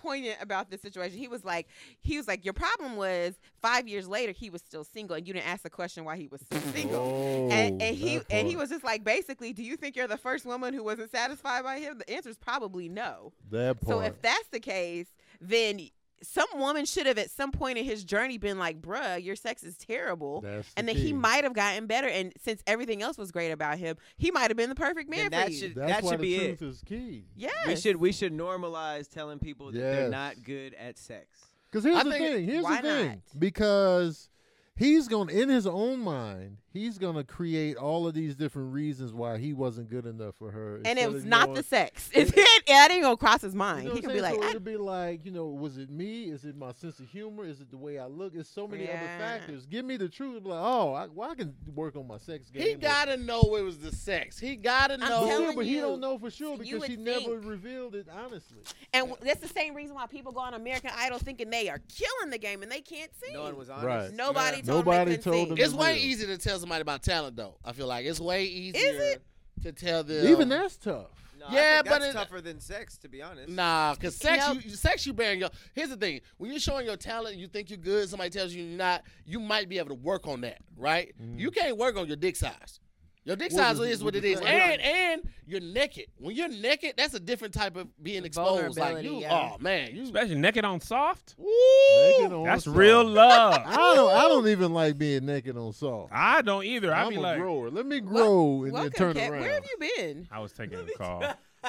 poignant about this situation. He was like, he was like, your problem was five years later he was still single, and you didn't ask the question why he was still single.
Oh,
and, and he
that
and he
part.
was just like basically, do you think you're the first woman who wasn't satisfied by him? The answer is probably no.
that
So
part.
if that's the case, then some woman should have at some point in his journey been like, bruh, your sex is terrible.
That's the
and then he
key.
might have gotten better. And since everything else was great about him, he might have been the perfect
Then
man for
that
you.
should-
That's
that
why
should be
the truth is key.
yeah.
We should we should normalize telling people that they're
Yes.
not good at sex.
Because here's
I
the
think-
thing. Here's
why
the thing.
not?
Because he's going to, in his own mind, he's going to create all of these different reasons why he wasn't good enough for her.
and
instead
it
of
was not the
going-
sex. It, it, that ain't gonna cross his
You
mind.
know
he
what
could
I'm
be
saying?
like, "Ah."
so
"I-
it'll be like, you know, was it me? Is it my sense of humor? Is it the way I look? It's so many
Yeah.
other factors. Give me the truth. Be Like, oh, I, well, I can work on my sex game.
He
or-
gotta know it was the sex. He gotta
But
know.
yeah,
telling
but he
you,
don't know for sure
you
because
would
she never
think.
revealed it honestly.
and w- that's the same reason why people go on American Idol thinking they are killing the game and they can't sing.
No one was honest.
Right.
Nobody
Yeah.
told
Nobody
them. they couldn't
told
sing.
them
it's way
real.
easier to tell somebody about talent, though. I feel like it's way easier
it?
to tell them.
Even that's tough.
No,
Yeah,
I think
but
that's
it-
tougher than sex, to be honest.
Nah, cause sex,
know-
you, sex, you bearing your. Here's the thing: when you're showing your talent, you think you're good. Somebody tells you you're not. You might be able to work on that, right? You can't work on your dick size. Your dick
Mm-hmm. What
size
was-
is
what
what it is,
was that?
and and you're naked. When you're naked, that's a different type of being exposed. Like
Vulnerability,
you,
yeah.
oh man, you.
Especially naked on soft.
Woo!
Naked on
That's
salt.
real love.
I don't. I don't even like being naked on salt.
I don't either. I'd
I'm
be
a
like,
grower. Let me
Wel-
grow and
Welcome,
then turn
Kat.
around.
Where have you been?
I was taking a call.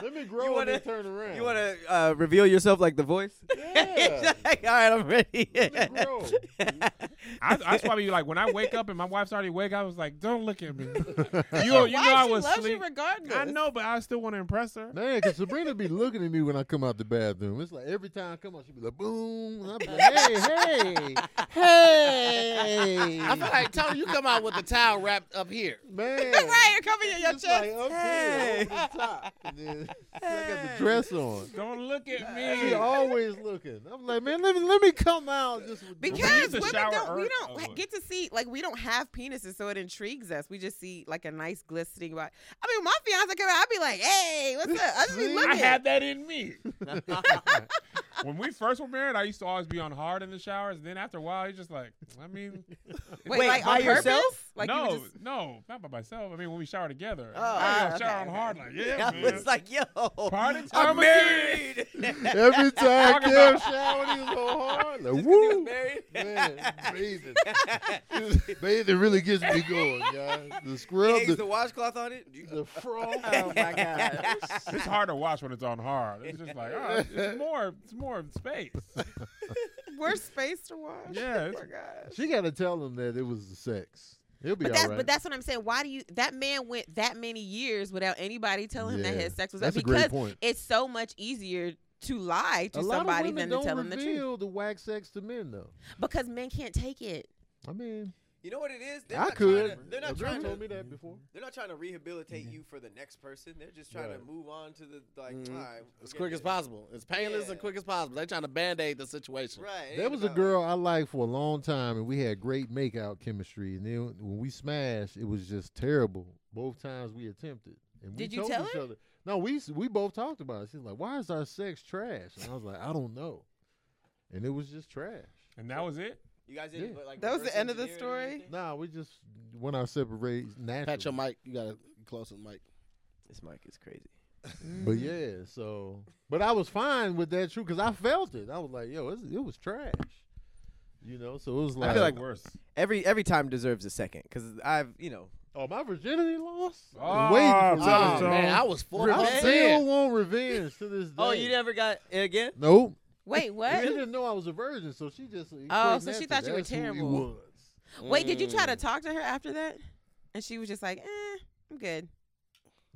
Let me grow
wanna-
and then turn around.
You want to uh, reveal yourself like the voice?
Yeah.
Like, All right, I'm ready.
Let me grow.
I, that's why I be like, when I wake up and my wife's already awake, I was like, don't look at me. You, you know
Why
I
she
was
loves
sleep.
you regardless?
I know, but I still want to impress her.
Man, because Sabrina be looking at me when I come out the bathroom. It's like every time I come out, she be like, boom. And I be like, hey, hey, hey.
I feel like Tony, you come out with a towel wrapped up here.
man.
right, coming in your
It's
chest.
like up here, over the top. And then I got the dress on.
Don't look at
She
me.
always looking. I'm like, man, let me let me come out just with the-
Because
to
women
shower
don't, we
early-
don't
oh,
ha-
what?
get to see like we don't have penises, so it intrigues us. We just see like a nice glistening body. I mean, when my fiance come out, I'd be like, "Hey, what's up?" I just be
See?
looking.
I had that in me. when we first were married, I used to always be on hard in the showers. Then after a while, you're just like, I mean,
Wait,
Wait,
like
by
on purpose?
yourself?
Like you
no,
would just,
no, not by myself. I mean, when we shower together,
Oh.
I
Ah,
shower
okay,
on
okay.
hard. Like, yeah,
I
man.
was like, yo,
Party time
I'm married.
every time
Talking
Kev
about-
showered, he was so hard. Like,
He was
woo.
married.
Man, bathing. bathing really gets me going, guys. The scrub,
He hangs the washcloth on it. You-
the frog.
Oh my god.
It's hard to watch when it's on hard. It's just like, oh, it's- it's more, it's more space.
we're space to watch.
Yeah,
oh
it's-
my gosh.
She got to tell him that it was the sex. He'll be
But
all
that's
right.
but that's what I'm saying. Why do you that man went that many years without anybody telling him
Yeah,
that his sex was
that's a
because
great point.
it's so much easier to lie to
a lot
somebody than
of women
to
don't
tell them the truth
reveal the, wax sex to men, though.
because men can't take it.
I mean,
You know what it is? They're
I
not
could.
trying to- they're
A
not
girl
trying
told
to.
me that before.
They're not trying to rehabilitate you for the next person. They're just trying
Right.
to move on to the like.
Mhm.
All right,
As quick as possible. As painless
Yeah.
and quick as possible. They're trying to band aid the situation.
Right. it
There
ain't
was a
about-
girl I liked for a long time, and we had great makeout chemistry. And then when we smashed, it was just terrible. Both times we attempted, and we
Did you
told
tell
each
her?
other. No, we s- we both talked about it. She's like, "Why is our sex trash?" And I was like, "I don't know," and it was just trash.
And that was it.
You guys didn't
Yeah.
put, like.
That was
reverse
the end of the
engineering or
story?
anything?
Nah, we just went our separate ways naturally.
Pat your mic. You gotta be close to the mic.
This mic is crazy.
But yeah, so but I was fine with that true because I felt it. I was like, yo, it's, it was trash. You know, so it was like,
I feel like-
worse.
Every every time deserves a second because I've you know
oh, my virginity lost.
Oh,
waiting for
tell
Oh
him, Tone.
that.
man, I was four
I
months
still
in.
want revenge to this day.
Oh, you never got it again?
Nope.
Wait,
She
what?
didn't know I was a virgin, so she just
Oh,
equating
so
that
she
to
thought you were
that's who he
terrible.
was.
Wait, did you try to talk to her after that? And she was just like, eh, I'm good.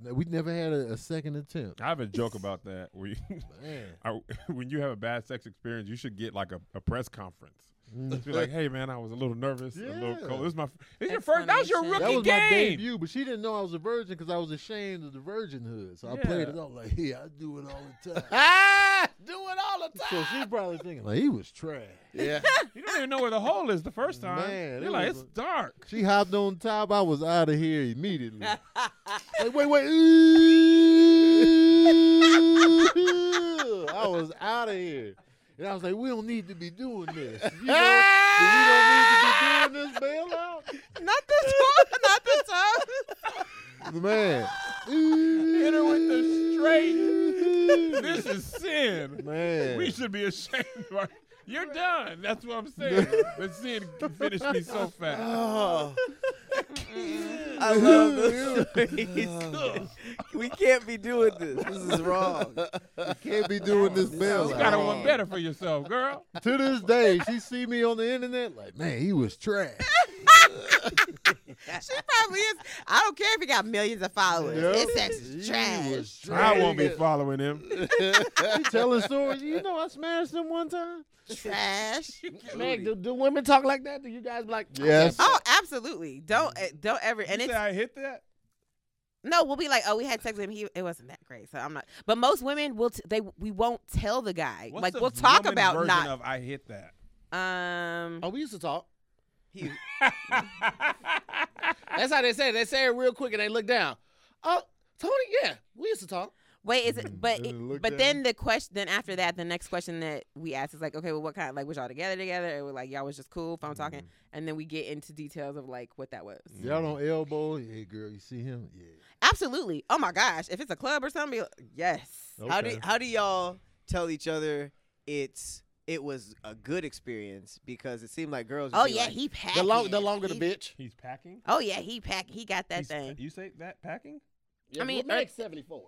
No, We never had a, a second attempt.
I have a joke about that. Where you,
Man,
I, when you have a bad sex experience, you should get like a, a press conference.
Mm.
Just be like, "Hey, man, I was a little nervous, a
Yeah.
little cold. This is my f- this is your first. That was your rookie
Explanation.
that was
game.
my debut, but she didn't know I was a virgin because I was ashamed of the virginhood. So I played
Yeah.
it off like, yeah, I do it all the time.
Ah, do it all the
So
time.
she's probably thinking like he was trash.
yeah.
You don't even know where the hole is the first time.
Man, it
You're like,
was
it's
a-
dark.
She hopped on top. I was out of here immediately. like wait, wait. Ooh. I was out of here, and I was like, we don't need to be doing this. You know, do we don't need to be doing this
Not the tongue, not the tongue.
bailout, man. Hit
her with the
straight.
This is sin.
man.
We should be ashamed. Of our- You're done. That's what I'm saying. but Sid finished me so fast.
Oh,
I love those stories. we can't be doing this. This is wrong.
Can't be doing this bail.
You gotta want better for yourself, girl.
To this day, she see me on the internet like, man, he was trash.
She probably is. I don't care if you got millions of followers.
Yeah.
This sex is
He
trash.
was
I won't be
trash.
following him.
She telling stories. You know, I smashed him one time.
Trash.
man, do, do women talk like that? Do you guys be like?
Yes.
Oh, absolutely. Don't eh, don't ever. And
you
it's
say I hit that?
No, we'll be like, oh, we had sex with him. He it wasn't that great, so I'm not. But most women will. T- they we won't tell the guy.
What's
like
the
we'll talk
woman
about
version
not.
Of I hit that.
um.
Oh, we used to talk.
He,
That's how they say it. They say it real quick and they look down. Oh, Tony, yeah, we used to talk.
Wait, is
Mm,
it? But
and
it-
it looked
but
at
then
him.
the question. Then after that, the next question that we ask is like, okay, well, what kind? Like, was y'all together together? Or like y'all was just cool, phone talking, and then we get into details of like what that was.
Y'all don't elbow. Hey, girl, you see him? Yeah.
Absolutely. Oh my gosh, if it's a club or something, be like, yes.
How do how do y'all tell each other it's it was a good experience because it seemed like girls. would
Oh
be
yeah,
like,
he packed.
The, long, the longer the
He-
bitch.
He's packing.
Oh yeah, he packed. He got that
He's-
thing.
You say that packing?
Yeah,
I mean,
we'll make
it-
74.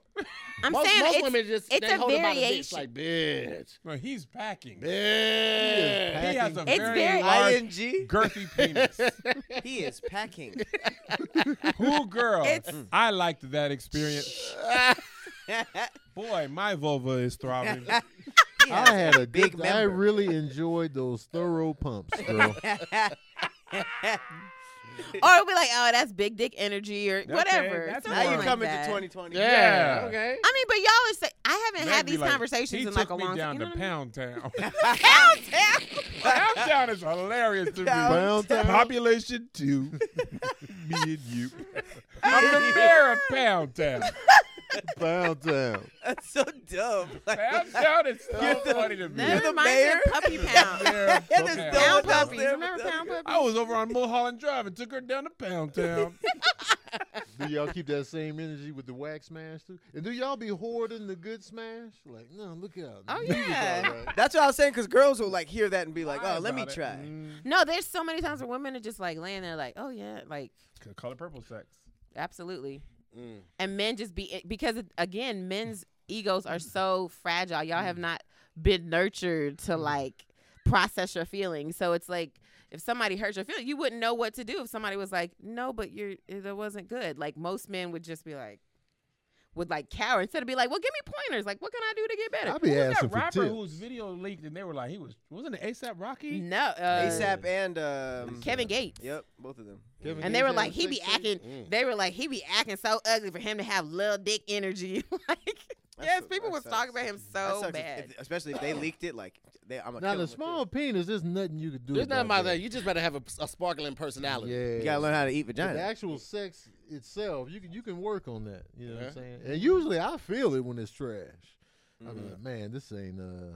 I'm
most
saying
most
it's,
women just
it's
they
a
hold him by the bitch
variation.
like, bitch,
Well, he's packing.
bitch.
He has a
It's
very,
very-
large,
ing.
girthy penis.
He is packing.
Who girl?
It's-
I liked that experience. Boy, my vulva is throbbing.
He
I
has
had a
big
good. I
member.
really enjoyed those thorough pumps, girl.
or it'll be like, oh, that's big dick energy or whatever.
that's
something
now you
like
coming
that.
to 2020.
Yeah.
Yeah.
Okay.
I mean, but y'all is say I haven't
That'd
had
be
these
like,
conversations
he
in like
took
a
me
long
down
time.
to Pound Town.
Pound town.
Pound Town is hilarious to me.
Pound town.
Population two, me and you. I'm the mayor of Pound Town.
Pound town.
That's so dumb. Like,
Pound Town is so funny to me.
That
the
reminds me
mayor?
of Puppy Pound.
Mayor of
there's no
Pound Town.
Pound
one else
Puppies.
there
Remember
but them.
Pound Puppies?
I was over on Mulholland Drive and took her down to Pound Town.
Do y'all keep that same energy with the wax smash too? And do y'all be hoarding the good smash? Like, no, look out.
Oh,
You was
yeah.
all right.
That's what I was saying because girls will like hear that and be like,
Lie
oh, let me
about it.
try.
Mm.
No, there's so many times where women are just like laying there, like, oh yeah, like
Color purple sex.
absolutely.
Mm.
And men just be eh, because again, men's egos are so fragile. Y'all
Mm.
have not been nurtured to like process your feelings, so it's like. If somebody hurt your feelings, you wouldn't know what to do. If somebody was like, "No, but you're eh, that wasn't good," like most men would just be like, would like cower instead of be like, "Well, give me pointers. Like, what can I do to get better?"
I be
Who's
asking
that
for
rapper
tips.
whose video leaked and they were like, he was wasn't it ASAP Rocky?
No, uh,
ASAP and um,
Kevin Gates.
Yep, both of them. Mm.
Kevin
And they were
Gates
like,
had
he be
sex tape?
acting. They were like, he be acting so ugly for him to have little dick energy. like,
That
yes,
su-
people
that
was
sucks.
talking about him
That
so
sucks if-
bad.
if- especially if they leaked it. Like, they, I'm a
Now the small penis, there's nothing you could do.
There's nothing about
that.
that. You just better have a, a sparkling personality.
Yeah.
You gotta learn how to eat
But the
vagina.
actual sex itself, you can you can work on that. You know what
Yeah.
I'm saying? And usually I feel it when it's trash. I'm
Mm-hmm.
like, man, this ain't. uh
Mm.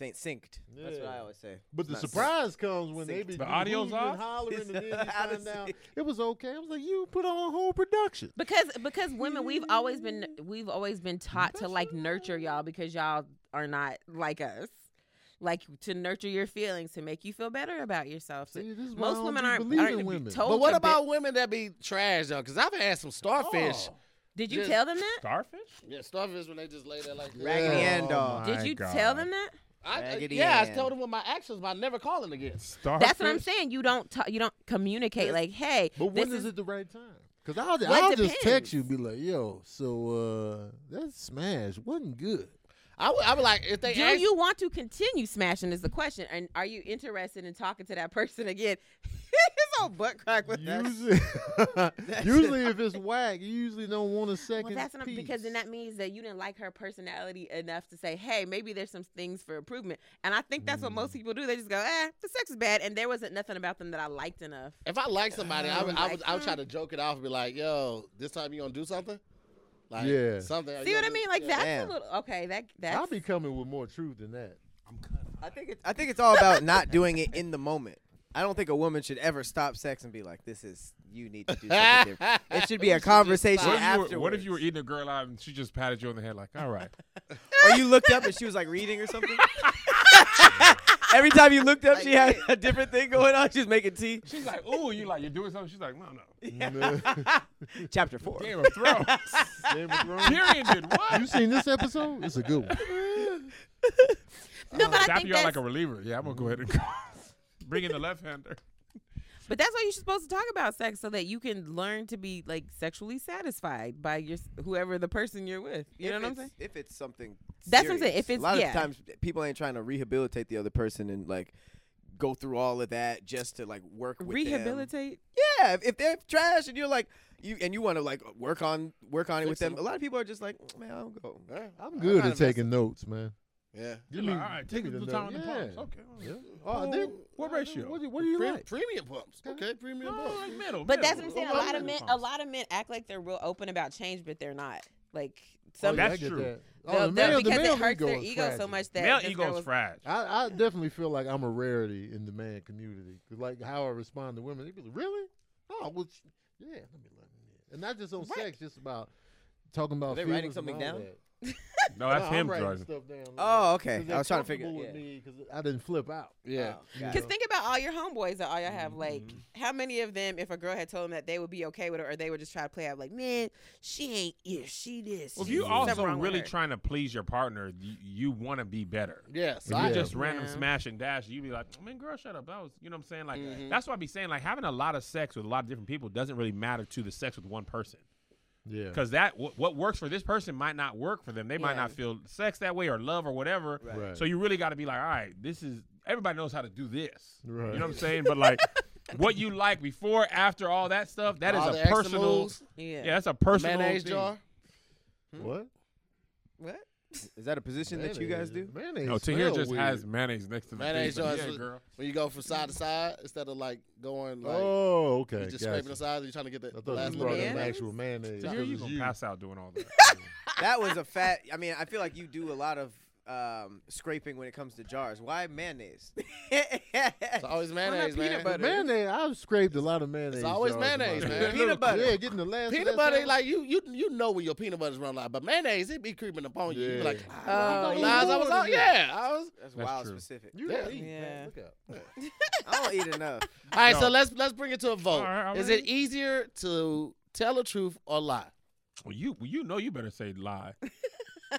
This ain't synced. That's what I
Yeah.
always say.
But
It's
the
not synced.
surprise comes when they
Synced.
be
The audio's
hooting and
off?
hollering, and then you find
Honestly.
out it was okay. I was like, you put on a whole production.
because because women, we've always been we've always been taught to like nurture y'all because y'all are not like us. Like to nurture your feelings to make you feel better about yourself. So
See, this is why I
most
don't
women
be
aren't,
believing
aren't
women.
told.
But what
to be-
about women that be trash though? Because I've had some starfish.
Oh.
Did you
just-
tell them that?
Starfish?
Yeah, starfish when they just lay there like this.
Raggedy
Yeah.
Ann doll.
Oh my
Did you
God.
tell them that?
I, uh,
Raggedy
yeah, I
Ann.
told them with my actions, but I never calling again.
Starfish?
That's what I'm saying. You don't ta- you don't communicate like, hey,
But
this
when is,
is
it the right time? Because I'll,
Well, it
I'll just text you,
depends.
be like, "Yo, so uh, that smash wasn't good."
I would, I would like if they
Do
ask,
you want to continue smashing is the question, and are you interested in talking to that person again? His whole butt crack with that.
Usually, usually if it's whack, you usually don't want a second.
Well, that's not
piece.
because then that means that you didn't like her personality enough to say, "Hey, maybe there's some things for improvement." And I think that's what most people do. They just go, "Eh, the sex is bad," and there wasn't nothing about them that I liked enough.
if I like somebody, I would, I
Like,
would, I would try to joke it off and be like, "Yo, this time you gonna do something?" Like
Yeah.
something.
See
you
what
gonna
I
do-
mean? Like
yeah.
that's
Damn.
a little okay. That that's
I'll be coming with more truth than that.
I think it's, I think it's all about not doing it in the moment. I don't think a woman should ever stop sex and be like, "This is you need to do something different." It should be a conversation
What if, you were,
afterwards.
what if you were eating a girl out and she just patted you on the head like, all right.
Or you looked up and she was like reading or something. Every time you looked up,
Like
she had
this.
a different thing going on. She was making tea.
She's like, ooh, you like you're doing something. She's like, no, no.
Chapter four.
Game of Thrones.
Game of Thrones.
Period. Did what?
You seen this episode? It's a good one.
No, but I
Zap
think
y'all
that's,
like a reliever. Yeah, I'm gonna go ahead and bring in the left hander.
but that's why you're supposed to talk about sex so that you can learn to be like sexually satisfied by your whoever the person you're with. You know
If
what I'm
it's-
saying?
If it's something.
That's what I'm saying.
serious.
If it's-
a lot
yeah.
of times, people ain't trying to rehabilitate the other person and like go through all of that just to like work with them.
Rehabilitate.
Yeah, if- if they're trash and you're like you and you want to like work on work on it
Fix
with them.
them.
A lot of people are just like, man, I don't go.
Yeah,
I'm good
not
at taking notes, man.
invested.
You're like, all right, take a little time on the pumps. Okay.
Yeah.
Oh,
Oh, dude,
what
oh, dude,
ratio?
What do you, what do you
Pre-
like?
Premium pumps. Okay,
No,
premium
like
pumps.
middle.
But that's what
middle.
I'm saying. A
Well,
lot of men,
middle
a
pumps.
lot of men act like they're real open about change, but they're not. Like
Oh,
some,
yeah, I
That's
get
true.
that. Oh,
they'll-
the
they'll-
male- the
because
male
it hurts their
is
ego so
fragile.
much that
Male
this girl
ego's
was-
fragile.
I, I definitely feel like I'm a rarity in the man community. 'Cause Like how I respond to women, they be like, "Really? Oh, well, sh- yeah." Let me let me. And not just on sex, just about talking about.
Are they writing
feelings and
something
all
down?
that.
No, that's
No, I'm
him,
writing
Jordan.
stuff down.
Oh,
'Cause
okay. I
they're
was trying to figure.
comfortable
Yeah.
with me 'cause I didn't flip out.
Yeah.
Oh, got
Yeah.
it.
Because think about all your homeboys that all y'all have. Like, how many of them, if a girl had told them that they would be okay with it, or they would just try to play out, like, man, she ain't, yeah, she this.
Well, if you
she's something
also
wrong with
really
her."
trying to please your partner, you, you want to be better.
Yes.
If
I
you
am.
just random
Yeah.
smash and dash, you be like, I mean, girl, shut up. That was, you know what I'm saying? Like,
Mm-hmm.
Mhm.
that's why I be saying, like, having a lot of sex with a lot of different people doesn't really matter to the sex with one person.
Yeah.
Because that, what, what works for this person might not work for them. They might
Yeah.
not feel sex that way or love or whatever.
Right.
Right.
So you really got to be like, all right, this is, everybody knows how to do this.
Right.
You know what I'm saying? But like, what you like before, after, all that stuff, that is
All the
a
extra
personal,
moves,
Yeah.
yeah, that's a personal
mayonnaise
thing.
jar.
what?
What?
Is that a position that you guys do?
Mayonnaise.
No, Tahir
smell
just
weird.
has mayonnaise next to the
Mayonnaise
thing, but
jar is
yeah, girl.
When you go from side to side instead of like going like
Oh,
you
okay.
just
gotcha.
scraping the sides, you're trying to get the,
I
the
thought
last
you
little
brought
bit.
up
mayonnaise?
actual mayonnaise.
Tahir,
It was
you gonna
you.
pass out doing all that?
That was a fat. I mean, I feel like you do a lot of um, scraping when it comes to jars. Why mayonnaise?
It's always mayonnaise,
peanut
man.
butter?
Mayonnaise. I've scraped a lot of mayonnaise.
always
jars in my
mayonnaise,
life.
man.
Peanut butter.
Yeah, getting the last.
Peanut
last
butter,
time.
like you, you, you know when your peanut butter's run out, but mayonnaise it be creeping upon you. You be
Yeah.
like,
Oh,
oh, I
yeah.
realized I was on. Yeah, I was.
That's,
That's
wild
true.
specific.
You
Yeah.
gotta eat, man.
Yeah.
Look out.
I don't eat enough.
All right, so
No.
let's let's bring it to a vote.
All right, all
Is
right.
it easier to tell the truth or lie?
Well, you well, you know you better say lie.
I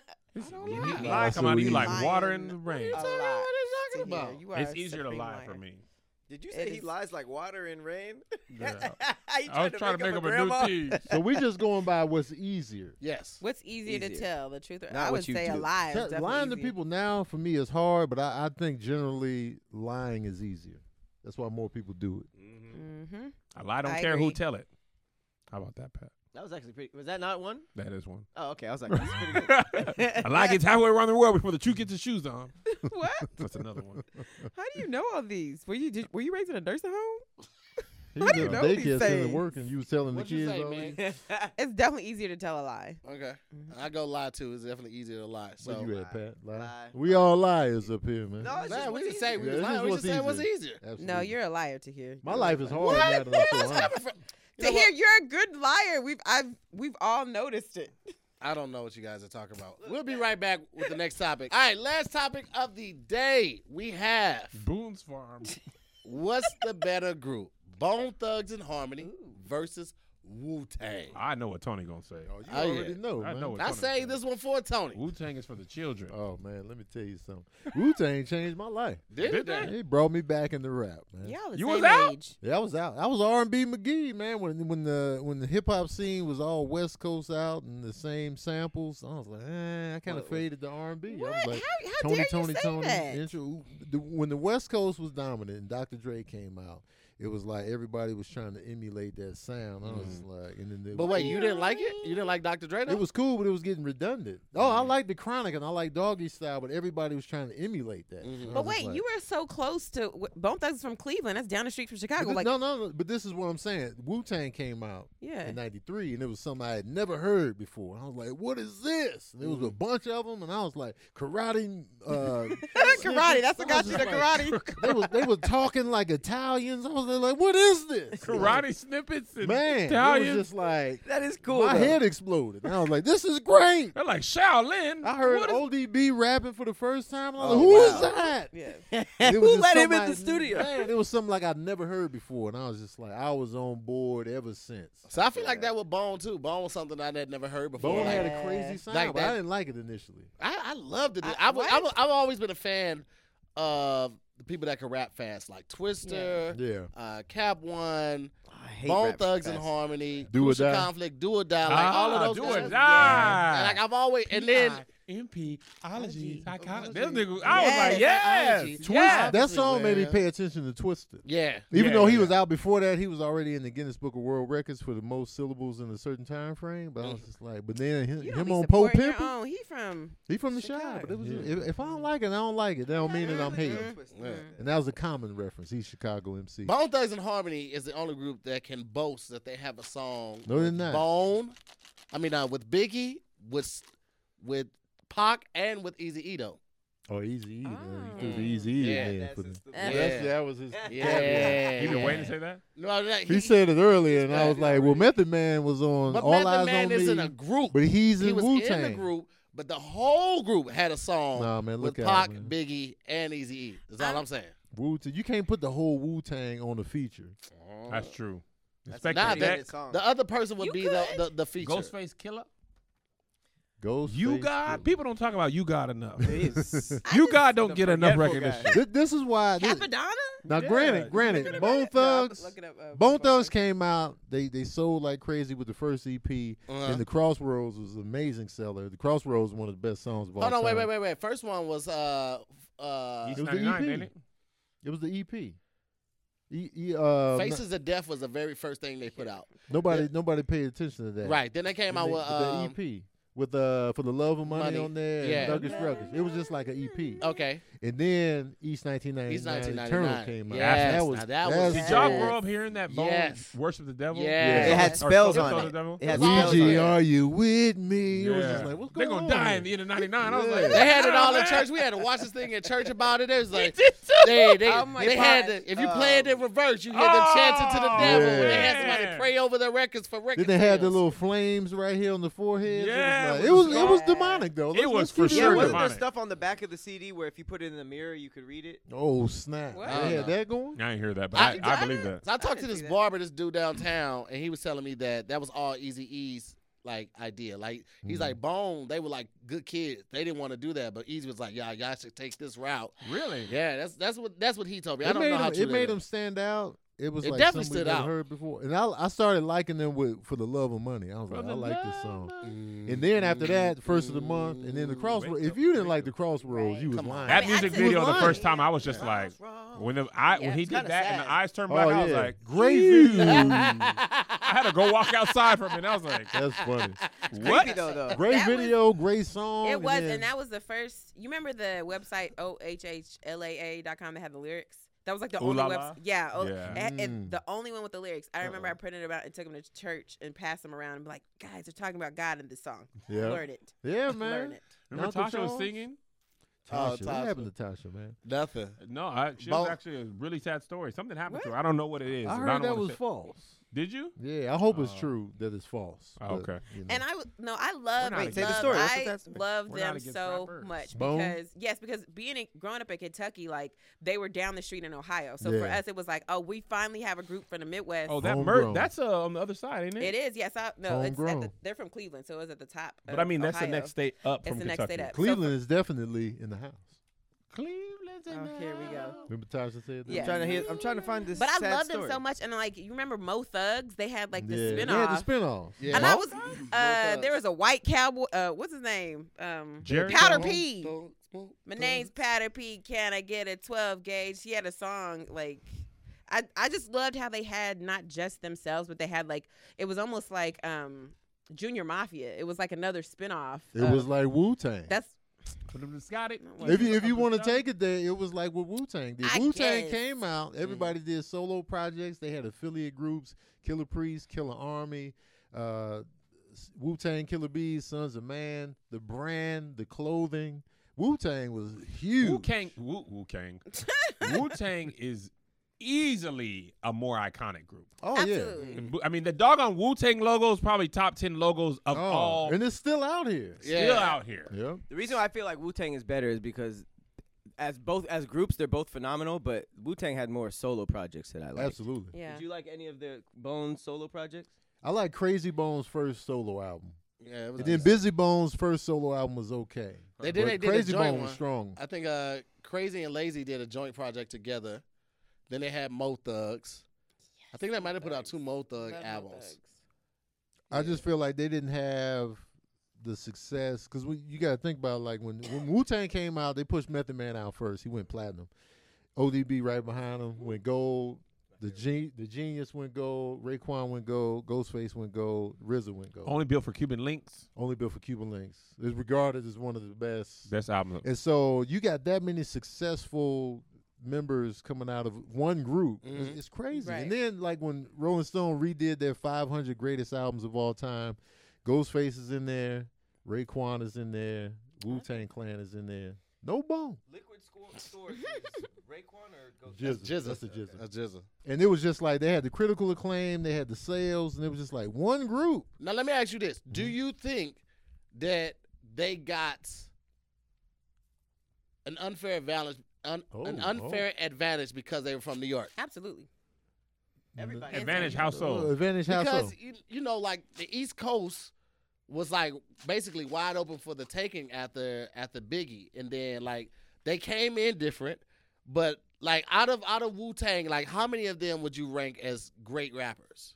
don't
You
lie.
lie,
Lie
come out of you
so
like
easy.
water in the rain.
A
Tell me
lot.
what it's
See
talking
here,
about.
you are
It's
a
easier to
supreme
lie
liar.
for me.
Did you
It
say he
is-
lies like water in rain?
Yeah.
You
I was trying to make up a new
grandma?
team.
So we just going by what's easier.
Yes.
What's easier, to
Easier.
tell, the truth or
Not
I would
what you
say a
do.
lie. is
Te-
definitely
lying to
easier.
people now for me is hard, but I, I think generally lying is easier. That's why more people do it.
Mhm.
I lie. Don't
I
care who
agree.
tell it. How about that, Pat?
That was actually pretty. Was that not one?
That is one.
Oh, okay. I was like, that's pretty good.
I like it's halfway around the world before the truth gets its shoes on.
what?
That's another one.
How do you know all these? Were you did, were you raised in a nursing home?
He
How
was
do you
at the
know these
daycare center
things?
working. You was telling
What'd
the
you
kids.
say,
all
man?
It's definitely easier to tell a lie.
Okay. I go lie too. It's definitely easier to lie. So
Where you at,
Lie.
Pat? Lie.
Lie.
We all liars up here, man.
No, it's
Nah,
just
we
what's
just say
easier.
we
Yeah,
was
this
lying.
is
We
what's
just say what's
easier.
easier.
No,
Absolutely.
you're a liar to hear.
My life is hard.
What?
now that I'm so
Where's this
honest.
coming from?
To hear you're a good liar. We've I've we've all noticed it.
I don't know what you guys are talking about. We'll be right back with the next topic. All right, last topic of the day. We have
Boone's Farm.
what's the better group, Bone Thugs and Harmony versus Wu Tang?
I know what Tony gonna say.
Oh, you
Oh, yeah.
already know,
I
man.
know it.
I say this one for Tony.
Wu Tang is for the children.
Oh man, let me tell you something. Wu Tang changed my life.
Did
Did
they?
they?
He brought me back into rap, man.
Y'all the
You
same
was out?
age.
Yeah, I was out. I was R and B McGee, man. When when the when the hip hop scene was all West Coast out and the same samples, I was like, eh, I kind of
What-
faded to R and B. I
What?
was like,
how how
Tony,
dare
Tony,
you say
Tony.
that?
intro- the- when the West Coast was dominant and Dr. Dre came out, it was like everybody was trying to emulate that sound. I was
Mm.
like, and then they-
But wait, you didn't like it? You didn't like Dr. Dre? though?
It was cool, but it was getting redundant. Oh,
Mm.
I like the Chronic and I like Doggy Style, but everybody was trying to emulate that.
Mhm.
I
But
was just
wait,
like-
you were so close to Bone Thugs is from Cleveland. That's down the street from Chicago.
But thi-
Like,
no, no, no. But this is what I'm saying. Wu Tang came out
yeah.
in '93, and it was something I had never heard before. And I was like, "What is this?" And it was a
Mm.
bunch of them, and I was like, "Karate, uh,
karate. That's
I
what
was
got you
just
to
like-
karate.
They was they were talking like Italians. I was was there like, what is this?
Karate snippets and
Man,
Italian.
it was just like
That is cool.
my
though.
head exploded. And I was like, this is great.
They're like Shaolin.
I heard
What is-
ODB rapping for the first time. And I was
Oh,
like, "Who is
wow.
that?
Yeah.
And it was
Who
just
let him
something
in the
I-
studio?
Man, it was something like I'd never heard before. And I was just like, I was on board ever since.
So I feel like that with Bone too. Bone was something I had never heard before.
Bone
Like,
had a crazy sound,
Like
but I
that-
didn't like it initially.
I, I loved it.
I-
I, was,
what?
I was, I've always been a fan of the people that can rap fast, like Twister,
Yeah.
uh, Cap One,
I hate
Bone
rap
Thugs and
fast.
Harmony,
Do or
Crucial
Die.
Conflict, Do or Die, like all
Ah,
of those.
do
guys.
or die.
And, Like I've always, and then
MP
Ology.
ology psychology.
Ology.
Those niggas, I was
Yes,
like, yes,
ology.
yes.
Twist.
That
Obviously,
song made me
man.
pay attention to Twister.
yeah,
Even
Yeah,
though he
yeah.
was out before that, he was already in the Guinness Book of World Records for the most syllables in a certain time frame. But I was just like, but then him,
You don't
him
be
on Poe
supporting your
Pimple,
own. He from.
he from the shy.
Chicago.
But it was if, if I don't like it, I don't like it. That don't mean that I'm hating.
hmm.
And that was a common reference. He's Chicago MC.
Bone Thugs and Harmony is the only group that can boast that they have a song.
No, they're not.
Bone, I mean, uh, with Biggie, with with Pac, and with Easy E though.
Oh, easy, E, man. You threw
Oh.
the easy, E
Yeah,
in
that's
for
just
the-
the-
Yeah.
That's- that was his.
Yeah,
You been waiting to say that?
No, I'm not-
He said it earlier, and I
Yeah.
was like, "Well, Method Man was on
But
All
Method
Eyes
Man
on
is
Me,
in a group.
but he's
he
in
was
Wu
in the
Tang."
group, but the whole group had a song
Nah, man,
with
look out,
Pac,
man.
Biggie, and Easy E. That's all I'm, saying.
Wu Tang. You can't put the whole Wu Tang on the feature.
Oh.
That's true.
That's
Respect
Nah,
that.
a pretty
that-
good song.
The other person would
You
be the, the the feature.
Ghostface Killer.
Ghostface.
You God.
Killer.
People don't talk about you God enough.
Jeez.
I
You
just-
God don't get enough
forgetful
recognition.
guy.
Thi- This, is why. This,
Capadonna?
now,
Yeah,
granted,
look
granted,
at
Bone Thugs,
Look it up, uh,
Bone
before.
Thugs came out. They they sold like crazy with the first EP,
Uh-huh.
and the Crossroads was an amazing seller. The Crossroads was one of the best songs of all
Hold on,
time.
wait, wait, wait, wait. First one was uh uh
East
It was the
99,
EP.
ain't it?
It was the EP. E, E- uh,
Faces of Death was the very first thing they put out.
no- nobody nobody paid attention to that.
Right. Then they came
And
out
they-
with um,
the E EP with uh for the love of money,
Money.
on there.
Yeah.
Yeah. Nuggets Ruggers. It was just like an EP.
Okay.
And then East 1999
East
Eternal
1999.
came out.
Yes.
That was
Now that was-
that's
Did
Yes.
y'all
where
grow up hearing that bone
Yes.
worship the devil?
Yes.
It had
Or
spells on
Sons of
it.
the devil?
It had spells on
Ouija,
it.
are you with me? It was
Yeah.
just like, what's
They're
going
gonna
on?
die in the end of '99. I was like,
They had it
"Nah,
all in
man."
church. We had to watch this thing in church about it. It was like
did
they they,
Oh my
they had
gosh.
to, if you
Oh.
played in reverse, you hear them chanting to the
Oh,
devil.
Yeah.
They had somebody
man.
pray over their records for records.
Then they had the little flames right here on the forehead.
Yeah,
it
with
was, like, it, was
the
it was
skull.
demonic though.
It
Let's-
was
let's
for
keep it
Yeah,
sure
real.
wasn't there
demonic.
stuff on the back of the CD where if you put it in the mirror, you could read it?
Oh snap!
What?
They had that going.
I ain't hear that, but
I-
I, I, believe that.
So I talked to
didn't
this
see that.
barber, this dude downtown, and he was telling me that that was all Easy E's like idea. Like he's
Mhm.
like Bone, they were like good kids. They didn't want to do that, but Easy was like, "Yeah, y'all should take this route."
Really?
Yeah, that's that's what that's what he told me. I
it
don't
made
know how
them,
true
it
that
made
is.
them stand out. It was
It
like
definitely
something
stood
we never
out.
heard before, and I I started liking them with for the love of money. I was like, I like this song. And then after that, first of the month, and then the crossroads.
Wake
If
up,
you didn't
wake
like the
up.
crossroads,
Right.
you was
Come on.
lying.
That
mean, I
music
just-
video
It was
the first
mine.
time I was just like, when the I when
Yeah,
he
it's
did that
kinda
and
sad.
the eyes turned black,
oh
I was
yeah,
like,
great views. Mm.
I had to go walk outside for a minute. I was like,
That's funny.
what?
Creepy though, though.
Great
That was-
video, great song.
It was,
then-
and that was the first. You remember the website ohhlaa.com that had the lyrics? That was like the
Ooh
only
La
website.
La?
Yeah, oh,
Yeah.
it had- it-
Mm.
the only one with the lyrics. I remember
Uh-oh.
I printed them out and took them to church and passed them around and be like, guys, they're talking about God in this song.
yeah,
Learn it.
yeah,
Learn
man.
it.
Remember
Uncle
Tasha was
Charles?
singing?
Oh,
Tasha, what
Tasha.
happened to Tasha, man?
Nothing.
No, I, she
Bo-
was actually a really sad story. Something happened to her. I don't know what it is.
I
and
heard
don't
that
wanna
was
say-
false.
Did you?
Yeah, I hope it's
Oh.
true that it's false.
Oh,
but,
okay.
you know.
And I was no, I love,
not
I
against- Say the
love-
story. That's what
I
that's-
love
We're not
them
against
so
rappers.
much
Boom.
because yes, because being in, growing up in Kentucky, like they were down the street in Ohio, so for
Yeah.
us it was like, oh, we finally have a group from the Midwest.
Oh, that
Homegrown.
mur- that's uh, on the other side, ain't it?
It is, yes. I, no, it's at the,
Homegrown.
they're from Cleveland, so it was at the top.
But
of
I mean, that's the
Ohio.
next state up
It's
from
the next
Kentucky.
state up.
Cleveland is definitely in the house.
Cleveland's in
Oh,
the
here we go.
house.
Remember Tasha said that?
Yeah.
I'm trying to hear. I'm trying to find this.
But I
sad
love them
story.
so much, and like you remember Mo Thugs, they had like the
yeah.
spin
They had
spinoff.
the spinoff.
Yeah.
and I
Mo
was uh,
Thugs.
there was a white cowboy. Uh, what's his name? Um,
Jerry
Powder
Jones?
P. My name's Powder P. Can I get a 12 gauge? He had a song like. I, I just loved how they had not just themselves, but they had like it was almost like um Junior Mafia. It was like another spinoff.
It
of-
was like Wu Tang.
that's
Put him in Scotty.
If you if you want to take it there, it was like with Wu Tang.
I
Wu Tang
guess.
came out. Everybody did solo projects. They had affiliate groups: Killer Priest, Killer Army, uh, Wu Tang, Killer Bees, Sons of Man. The brand, the clothing. Wu Tang was huge.
Wu Kang, Wu Wu Kang, Wu Tang is easily a more iconic group.
Oh
Absolutely.
The Wu- I mean, the doggone Wu Tang logo is probably top ten logos
yeah.
of all
Oh, and it's still out here.
Yeah.
still out here.
Yep.
The reason why I feel like Wu Tang is better is because as both as groups they're both phenomenal, but Wu Tang had more solo projects that I like.
Absolutely.
Yeah.
Did you like any of the Bones solo projects?
I like Crazy Bones' first solo album.
Yeah, it was
And then Busy Bones' first solo album was okay.
They did-
But
they did a
Crazy
joint
Bone was
one.
strong.
I think uh, Crazy and Lazy did a joint project together. Then they had Mo Thugs. I think they might have put out two Mo Thug
Love Mo
albums.
Thugs.
I just feel like they didn't have the success because you got to think about like when, when Wu Tang came out, they pushed Method Man out first. He went platinum. ODB right behind him went gold. The gen- the genius went gold. Raekwon went gold. Ghostface went gold. RZA went gold. Only,
Only built for Cuban links.
built for Cuban Links is regarded as one of the best.
Best album.
And so you got that many successful members coming out of one group. It's-
Mhm.
It's crazy.
Right.
And then like when Rolling Stone redid their 500 greatest albums of all time, Ghostface is in there, Raekwon is in there, Wu Tang Clan is in there. No bone.
Liquid Swords, Raekwon or Ghost?
Jizzle.
Jizzle.
That's a jizzle.
A jizzle.
And it was just like they had the critical acclaim, they had the sales, and it was just like one group.
Now let me ask you this:
Mm-hmm.
Do you think that they got an unfair advantage? Un, an
Oh,
unfair advantage because they were from New York.
Absolutely.
Everybody.
Advantage
Insane.
Uh,
household.
Advantage household.
Because you, you know, like the East Coast was like basically wide open for the taking after after Biggie, and then like they came in different, but like out of out of Wu Tang, like how many of them would you rank as great rappers?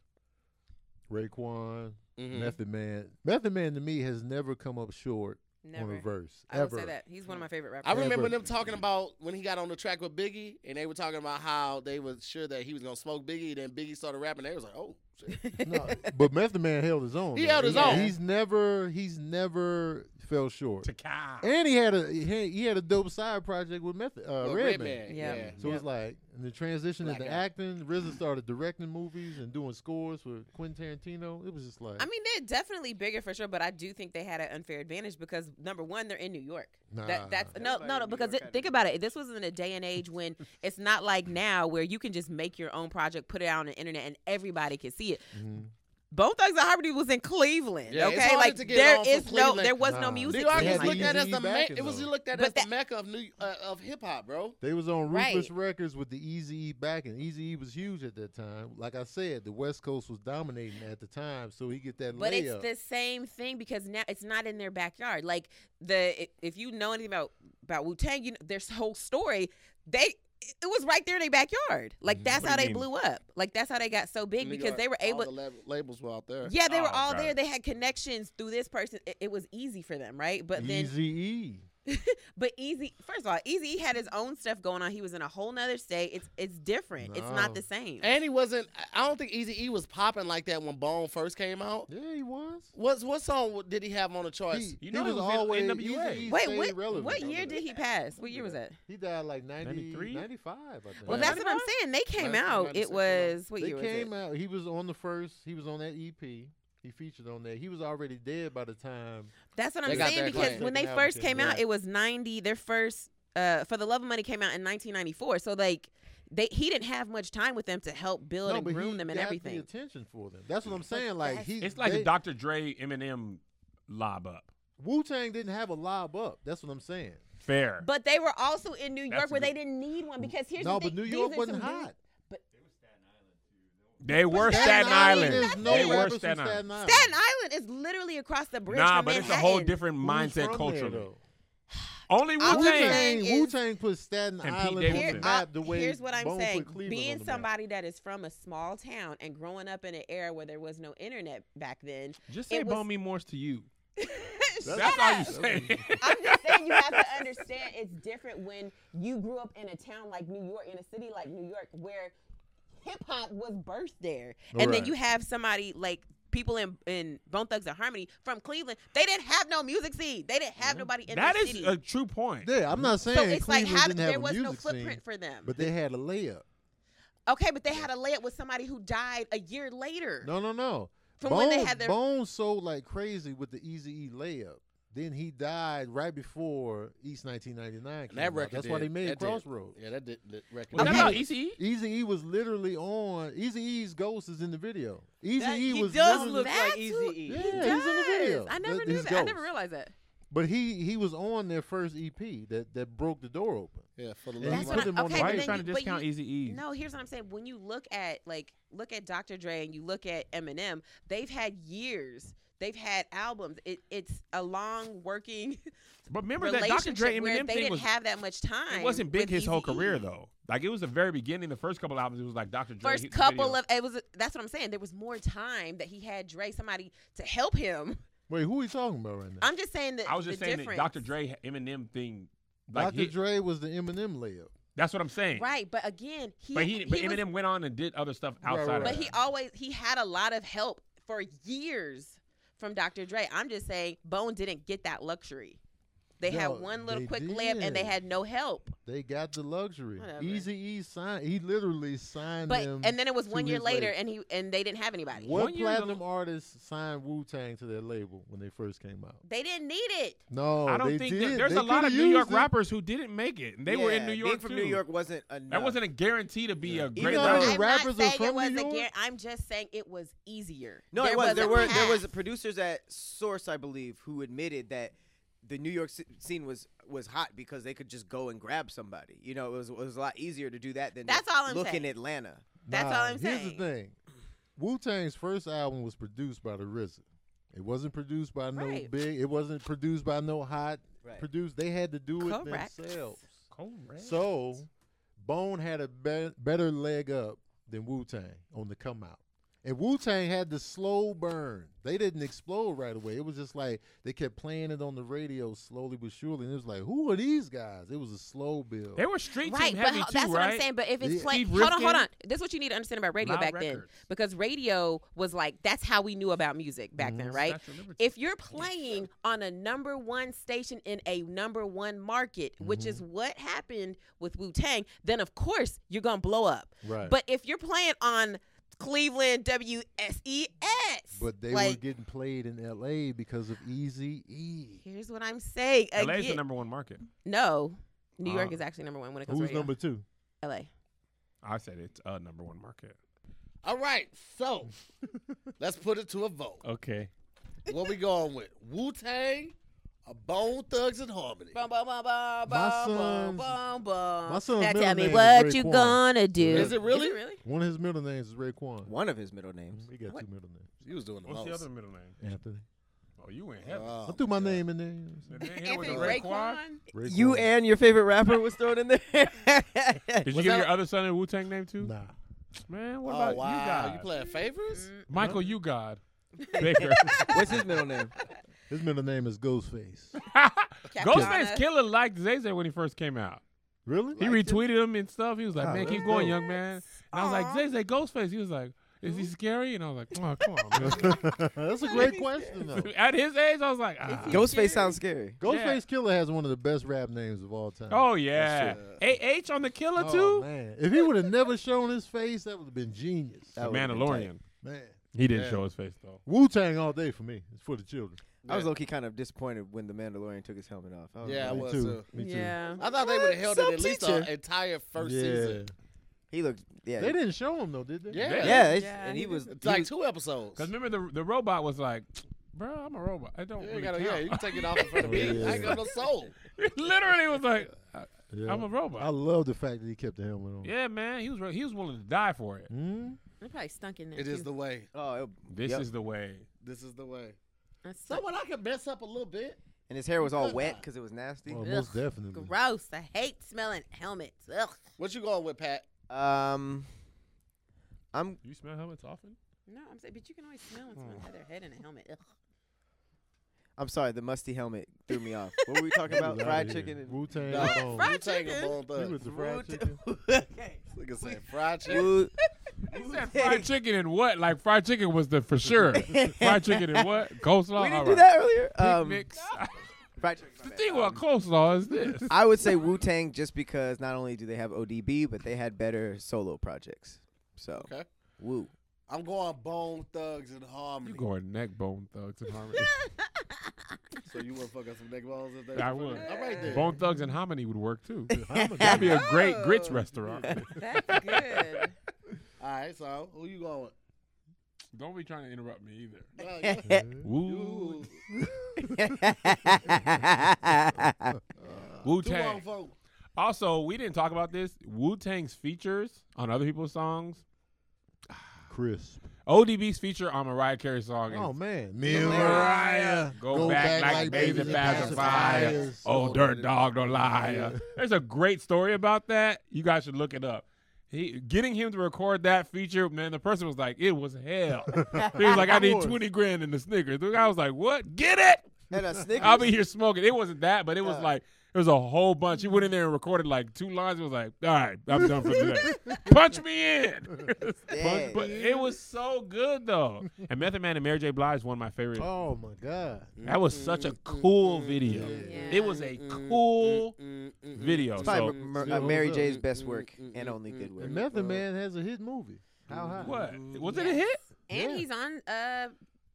Raekwon,
Mhm.
Method Man. Method Man to me has never come up short on a
Never.
verse.
I would
ever.
say that he's one of my favorite rappers.
I remember
Ever.
them talking about when he got on the track with Biggie, and they were talking about how they was sure that he was gonna smoke Biggie. Then Biggie started rapping, they was like, "Oh, shit.
no, but Method Man held his own.
He
though.
held his
own.
He's never he's never fell short.
Takai.
And he had a he had- he had a dope side project with Method uh,
Well,
Redman.
Redman,
Yeah.
yeah.
So it's like in the transition into
Blackout.
acting, RZA started directing movies and doing scores for Quentin Tarantino. It was just like
I mean, they're definitely bigger for sure, but I do think they had an unfair advantage because number one, they're in New York.
Nah.
That, that's no,
Everybody
no,
in
no.
New
Because
York
it,
had
think
to be
about it. This was in a day and age when it's not like now where you can just make your own project, put it out on the internet, and everybody can see it.
Mhm.
Bone Thugs and Harmony was in Cleveland.
Yeah, it's
okay,
harder
like
to get
there
on from
is no,
Cleveland.
there was
Nah.
no music.
New
They
York
scene
had
was
like
looked
that.
at as the
Eazy-E
me-
backing,
it was
though.
looked at as
But
the
that-
mecca of new uh, of hip hop, bro.
They was on
Right.
Ruthless Records with the Easy E back, and Easy E was huge at that time. Like I said, the West Coast was dominating at the time, so he get that
But
layup.
it's the same thing because now it's not in their backyard. Like the i- if you know anything about about Wu Tang, you know, their whole story, they it was right there in their backyard. Like that's
What
how
do
they
you mean?
blew up. Like that's how they got so big
New
because
York,
they were
all
able.
the lab- labels were out there.
yeah, they were
Oh,
all
got
there.
it.
They had connections through this person. It, it was easy for them, right? But then,
Easy E.
but easy. First of all, Easy had his own stuff going on. He was in a whole nother state. It's it's different. It's
No.
not the same.
And he wasn't. I- I don't think Easy E was popping like that when Bone first came out.
Yeah, he was.
What's what song did he have on the charts?
He,
You
he
know he
was,
was in
always
NWA.
He, he
Wait,
stayed
what,
relevant.
what year did he pass? What year was that?
He died like 90,
93?
95, I think.
Well,
Yeah.
that's what I'm saying. They came out.
96,
It
yeah.
was what
they
year was it?
came out. He was on the first. He was on that EP. He featured on that. He was already dead by the time.
That's what
They
I'm
got
saying
their
because
acclaim.
when they
Second
first
album
came
came
out,
out.
it was 90. Their first, uh, for the love of money, came out in 1994. So like, they he didn't have much time with them to help build
no,
and
but
groom
he
them and
got
everything.
The attention for them. That's what I'm saying. Like
that's-
he,
It's like
they,
the Dr. Dre Eminem lob up.
Wu Tang didn't have a lob up. That's what I'm saying.
Fair.
But they were also in New York
That's a
where they
good-
didn't need one because here's
no,
the thing.
but New
these
York
are
wasn't
some dudes-
hot.
they were
Staten
Staten
Island.
Island.
There's
That's
no
they
it.
were
rappers from
Staten Island.
Staten Island.
Staten Island is literally across the bridge
Nah,
from
but it's a
Manhattan.
whole different mindset culturally.
culture.
Only
I'm
Wu
Wu
saying
Tang.
Tang.
is-
Wu Tang put Staten
Pete
Island
Davidson.
on
Here-
the
Here's-
map the
uh,
way
here's what I'm
Bone put
saying.
Cleveland on
Being
the map.
somebody that is from a small town and growing up in an era where there was no internet back then,
Just
It
say
was-
Bone Me More's to you.
shut
That's
up.
all you say.
I'm just saying you have to understand it's different when you grew up in a town like New York, in a city like New York, where hip hop was birthed there. And then
Right.
you have somebody like people in, in Bone Thugs and Harmony from Cleveland. They didn't have no music scene. They didn't
Mm-hmm.
have nobody in
that
the
is
city.
a true point.
Yeah, I'm not saying
so it's like
Cleveland
how
didn't have
there
a
was no
music scene,
footprint for them.
but they had a layup.
okay, but they had a layup with somebody who died a year later.
No, no, no.
From
Bone,
when they had their-
Bone sold like crazy with the Easy E layup. Then he died right before East 1999.
And
Came
that
out.
record
That's why
did.
they made
That did.
Crossroads.
Yeah, that did that record.
Was
Well,
that
he-
about ECE?
Easy E was literally on. Easy E's ghost is in the video. Easy
That-
E
he
was
does
literally-
look like
That's who-
Easy E.
Yeah,
He
he's in the
does.
video.
I never
That-
knew
his
that. I never
ghost.
realized that.
but he he was on their first EP that that broke the door open.
yeah, for the love
And he
That's
of
what
put
money.
I-
them on
okay,
the
Why
but
are
then
you
right.
trying
you-
to
but you-
discount Easy E?
No, here's what I'm saying. When you look at like look at Dr. Dre and you look at Eminem, they've had years. They've had albums. It, it's a long working
But remember that Dr.
relationship
Dre and
where
Eminem
they
thing
didn't
was
have that much time.
it wasn't big
with E
his whole
Eazy-E.
career though. Like it was the very beginning, the first couple albums. It was like Dr. Dre.
First couple of it was that's what I'm saying. There was more time that he had Dre, somebody to help him.
Wait, who are you talking about right now?
I'm just saying that
I was just
the
saying
difference.
that Dr. Dre Eminem thing. Like
Dr.
hit-
Dre was the Eminem layup.
that's what I'm saying.
Right, but again, he
But he,
was-
but Eminem went on and did other stuff
Right,
outside
right,
of
But
that.
he always he had a lot of help for years from Dr. Dre. I'm just saying Bone didn't get that luxury. They
No,
had one little
they
quick layup and they
did.
had no help.
They got the luxury.
Whatever.
Easy E signed. He literally signed
But
them.
and then it was
two
one year
years later.
later and he and they didn't have anybody.
One
what
year the-
platinum artist signed Wu Tang to their label when they first came out?
They didn't need it.
No,
I don't
Oh, they
think that-
did.
there's
They
a lot
coulda
of New York
used it.
rappers who didn't make it, and they were in
Yeah,
New York
Being from
too.
New York wasn't enough.
That wasn't a guarantee to be
Yeah.
a
Even
great
though
rapper.
the
I'm
rappers are
not saying it
from
was
New
a
York?
guar- I'm just saying it was easier.
No, it was.
a
There were there was
path.
producers at Source, I believe, who admitted that the New York sc- scene was was hot because they could just go and grab somebody. You know, it was it was a lot easier to do that than to
That's all I'm
look in
saying.
Atlanta.
That's all I'm
here's
saying.
the thing: Wu Tang's first album was produced by the RZA. It wasn't produced by no
Right.
big. It wasn't produced by no hot.
Right.
Produced. They had to do it
Correct.
themselves.
Correct.
So, Bone had a be- better leg up than Wu Tang on the come out. And Wu Tang had the slow burn. They didn't explode right away. It was just like they kept playing it on the radio slowly but surely. And it was like, who are these guys? It was a slow build.
they were street
Right,
team
but
heavy
ho-
too,
that's
right?
what I'm saying. But if
Yeah.
it's played,
Steve
hold on, hold
Rifkin,
on. This is what you need to understand about radio
Loud
back then,
Records.
because radio was like that's how we knew about music back then, right?
Statue of Liberty.
If you're playing on a number one station in a number one market, which is
Mm-hmm.
what happened with Wu Tang, then of course you're gonna blow up.
Right.
But if you're playing on Cleveland WSES,
But they were
like,
getting played in L.A. because of Easy E.
here's what I'm saying.
LA's the
again.
number one market. no.
no, New York
Uh,
is actually number one when it comes
Who's
to radio.
number two?
LA.
I said it's a number one market.
All right, so let's put it to a vote.
Okay.
What we going with? Wu Tang, or Bone Thugs and Harmony?
Bum, bum, bum, bum,
My
bum,
son's-
bum, bum.
my son's
now
middle
tell me
name is
what
Ray
you
Kwan.
gonna do.
Is it really?
One of his middle names is Raekwon. Mm,
One of his middle names.
He got
What?
two middle names.
You was doing the
What's
most.
the other middle name?
Anthony.
Oh, you went heavy.
Oh,
I threw my
God.
name in there. you know what
And then here with the
Anthony
Raekwon.
I'm saying?
You
Raekwon.
and your favorite rapper was thrown in there.
Did you
Was
give
that-
your other son a Wu Tang name too?
Nah.
Man,
Oh,
what about
wow.
you God?
You playing favorites?
Michael, you God. Baker.
What's his middle name?
His middle name is Ghostface.
Ghostface Killer liked Zay Zay when he first came out.
really?
He retweeted him and stuff. He was like,
Oh,
"Man,
there
keep
you
going,
go.
young man." And I was like, "Zay Zay Ghostface." He was like, "Is he scary?" And I was like, "Oh, come on." Man.
That's a great question though.
At his age, I was like, ah.
Ghostface sounds scary.
Ghostface Killer has one of the best rap names of all time.
"Oh yeah,
true.
AH on the killer
Oh,
too."
man. If he would have never shown his face, that would have been genius.
That
The
would've been tight.
Mandalorian.
Man.
He didn't
Yeah.
show his face though.
Wu Tang all day for me. It's for the children.
I was
Yeah.
low key kind of disappointed when the Mandalorian took his helmet off. was
Yeah, I
me
like-
was
too.
too.
Me too.
I thought they would have held it at least an
Self-teacher.
entire first
yeah.
season.
He looked. Yeah.
They didn't show him though, did they?
Yeah.
Yeah.
Yeah, it's-
Yeah,
and
he
he was.
It's
he
like
was-
two episodes.
Because remember the the robot was like, "Bro, I'm a robot. I don't
You
really
ain't gotta,
count."
yeah, you can take it off in front of me. I ain't got no soul.
He Literally was like, "I-
Yeah.
"I'm a robot."
I love the fact that he kept the helmet on.
yeah, man. He was re- he was willing to die for it.
Hmm?
It probably stunk in there.
It is the way.
Oh, it,
This
yep.
is the way.
This is the way.
so
Someone I can mess up a little bit.
And his hair was all wet because it was nasty.
Oh, most
Ugh.
definitely.
gross. I hate smelling helmets. Ugh.
What you going with, Pat?
Um, I'm
You smell helmets often?
No, I'm saying, but you can always smell when someone
someone
had their head in a helmet.
I'm sorry. The musty helmet threw me off. What were we talking about? Fried chicken and
Wu Tang.
No.
Fried
you take a
chicken?
bone
He
thug.
was the fried
Wu-
chicken.
Nigga said fried chicken.
Wu-
He said fried chicken and what? Like fried chicken was the for sure. fried chicken and what? Coleslaw.
we didn't
All
do
right.
that earlier.
Big
Um,
mix.
fried chicken, my
the
bad.
thing about
Um,
coleslaw is this.
I would say Wu Tang just because not only do they have ODB, but they had better solo projects. So
Okay.
Wu.
I'm going Bone Thugs and
you
Harmony.
going neck bone thugs and harmony.
So you want to fuck up some neck balls if
I would.
All right then.
Bone Thugs and Hominy would work too. That'd
Hominy.
be a great grits
Oh.
restaurant.
That's good.
All right, so who you going? with?
Don't be trying to interrupt me either.
Well, you-
Woo
you-
Wu
Too long,
Tang.
folks.
Also, we didn't talk about this. Wu Tang's features on other people's songs.
Crisp.
ODB's feature on Mariah Carey's song. is
Oh man, me and
Mariah,
Mariah
Go, back, like babies and pacifiers. Oh, dirt dog, no liar. There's a great story about that. You guys should look it up. He getting him to record that feature, man. The person was like, "It was hell." he was like, "I need twenty grand in the Snickers." The guy was like, "What? Get it?
And a Snickers.
I'll be here smoking." It wasn't that, but it was
Yeah.
like it was a whole bunch. He went in there and recorded like two lines. It was like, "All right, I'm done for today. Punch me in."
Dang.
but it was so good though. And Method Man and Mary J. Blige is one of my favorite.
Oh my god.
That
Mm,
was such a cool video. It was a cool
mm,
video.
It's probably
So- mm,
Mar-
Yeah,
uh, Mary
what's up?
J's best work and only good work.
And Method Man has a hit movie. How high?
What? Was it a hit?
Yeah.
And he's on uh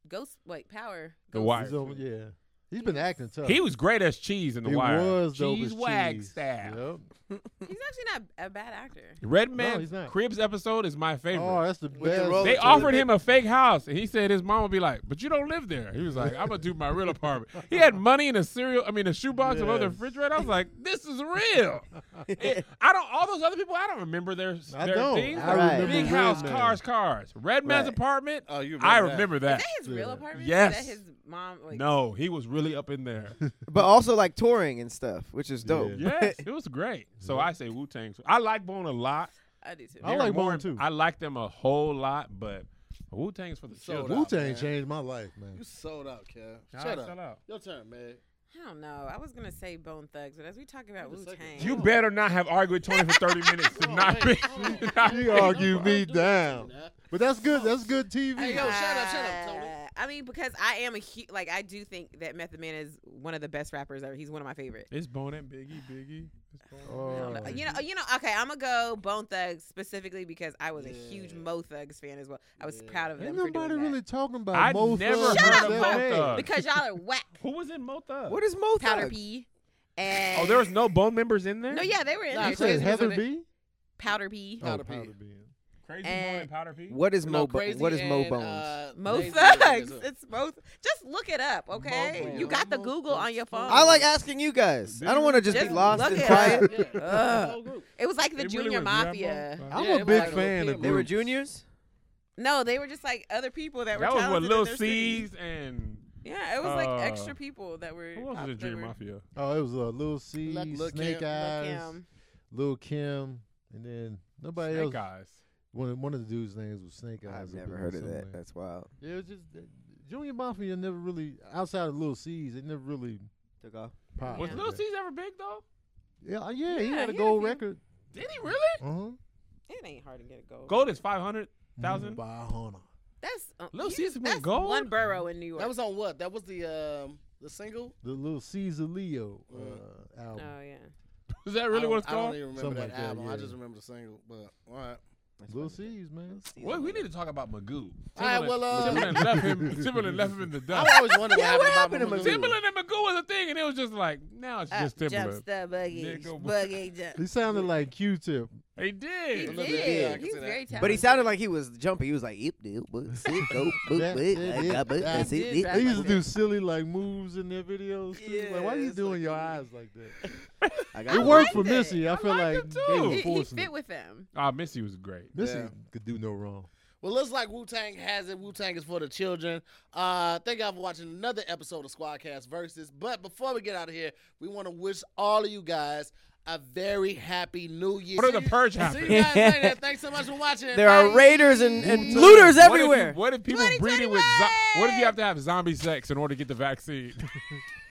Ghost wait, Power.
The
Ghost.
Wire.
He's over- yeah, he's been acting tough.
He was great as Cheese in The
He
Wire.
was dope as
cheese Wagstaff.
Yep.
He's actually not a bad actor.
Red
No,
Man
he's not.
Cribs episode is my favorite.
Oh, that's the
the
best.
roller
they
Oh,
offered him a fake house, and he said his mom would be like, "But you don't live there." He was like, "I'm gonna do my real apartment." He had money in a cereal, I mean, a shoebox above the
Yes.
refrigerator. I was like, "This is real." It- I don't. All those other people, I don't remember their
I
their
don't.
things.
I
Right.
remember
Big
Red
house,
Man.
cars, cars. Red Man's
Right.
apartment.
Oh, you remember
I
that.
remember that.
Is that his real
Yeah.
apartment?
Yes.
Is that his mom? Like,
No, he was really up in there.
But also like touring and stuff, which is dope.
Yeah.
yes, it was great. So I say Wu Tang. I like Bone a lot.
I do too.
I
They're
like
more-
Bone too.
I like them a whole lot, but Wu Tang's for the
So
children.
Nah,
Wu Tang
man.
changed my life, man.
You sold out, Kev.
Nah,
Shut
shut
up.
up.
Your turn, man.
I don't know. I was gonna say Bone Thugs, but as we talk about
Wait a
Wu
second.
Tang,
You better not have argued with Tony for thirty minutes to
Oh, wait,
not be.
hold on.
not
You
be-
argue me
Don't do
down,
that.
but that's good. That's good TV.
Hey, yo, shut up, shut up, Tony.
I mean, because I am a huge, like, I do think that Method Man is one of the best rappers ever. He's one of my favorite.
It's Bone and Biggie, Biggie. It's Bone and
Oh.
Biggie.
Uh,
Right.
You know, you know. Okay, I'm gonna go Bone Thugs specifically because I was a huge
Yeah.
Mo Thugs fan as well. I was
Yeah.
proud of them
Ain't
for doing
nobody
that.
really talking about
I
Mo
never
Thugs
heard
that
of
Mo
name.
Thugs.
because y'all are whack.
Who was in Mo Thugs?
What is Mo
Powder
Thug?
P and
Oh, there was no Bone members in there.
no. Yeah, they were in
Nah,
there.
You
Crazy
said
was
Heather
in it.
B. Oh,
Powder P.
Powder P.
Crazy Bone
And-
and Powder P.
What is Mo?
No,
Bo-
Crazy
what is Mo
and,
Bones?
uh,
Mo
Lazy
Thugs.
Bones.
It's both. Just look it up, okay?
Thugs.
You got the
Mo
Google on
Thugs.
your phone.
I like asking you guys. I don't want to just,
Just
be lost
look
and
it
quiet.
up.
Yeah, it's a whole group.
It was like the
They really
Junior
were
Mafia.
Jabba?
I'm
Yeah,
a
it was
big
like a
fan
little
of
They were
groups.
juniors.
No, they were just like other people that were.
That was what
talented in
Lil
their cities.
C's and
Yeah, it was like
Uh,
extra people that were.
who else
pop-
was in
that
Dream
were-
Mafia?
Oh, it was uh, Lil C,
Lil- Lil
Snake
Kim. Lil
Eyes,
Kim.
Lil Kim, and then nobody else.
Snake Eyes.
One of, one of the dudes' names was Snake Eyes.
I've
up in
never
there
heard of that.
somewhere.
That's wild.
Yeah, it was just that Junior Mafia never really outside of Lil C's. They never really
Took off.
popped.
Was
like
Lil
that.
C's ever big though?
Yeah, uh, yeah, he
Yeah,
had a
he had a
gold
few.
record.
Did he really?
Uh huh.
It ain't hard to get a gold.
Gold is five hundred thousand.
By Hunter.
That's uh,
Lil
you-
Caesar went
that's
gold?
one borough in New York.
That was on what? That was the um the single.
The Lil Caesar Leo uh,
oh
album.
yeah.
Is that really
I
what it's
don't- I don't
called?
even remember
Something
that
like that,
album. I
yeah.
just remember the single. But all right.
Lil C's, man.
Well, we need to talk about Magoo.
All right,
Timberland-
well, uh,
Timberland left him. Timberland left him in the dust.
I always wondered what happened
happened
about
to
Magoo.
Timberland and Magoo was a thing, and it was just like now it's just
Up jumps
Timberland.
the buggy,
Nigga, what-
buggy jump.
He sounded like Q-Tip.
He
He
did.
little bit, yeah, I
did.
can
He's
see that.
very talented.
But he sounded like he was jumping. He was like, "Yep, dude, boop, sit, go, boop,
That-
boop,
that-
I got boop,
that-
I see it."
that-
They used to do silly like moves in their videos. too. Like, why are
Yeah,
you
it's
doing
like-
your eyes like that?
I
I
It
got
worked
liked
for
it.
Missy. I,
I
feel like
liked it
they
too.
were
He, he
forcing
fit
it.
with them.
Ah, Missy was great.
Missy
Yeah.
could do no wrong.
Well, looks like Wu Tang has it. Wu Tang is for the children. Uh, thank y'all for watching another episode of Squadcast Versus. But before we get out of here, we want to wish all of you guys a very happy New Year.
What if the
See-
purge
see
happened?
you guys later. Thanks so much for watching.
There are
Bye.
raiders and, and
Ooh.
looters
What if you-
everywhere.
What if, people breeding with? Zo- what if you have to have zombie sex in order to get the vaccine?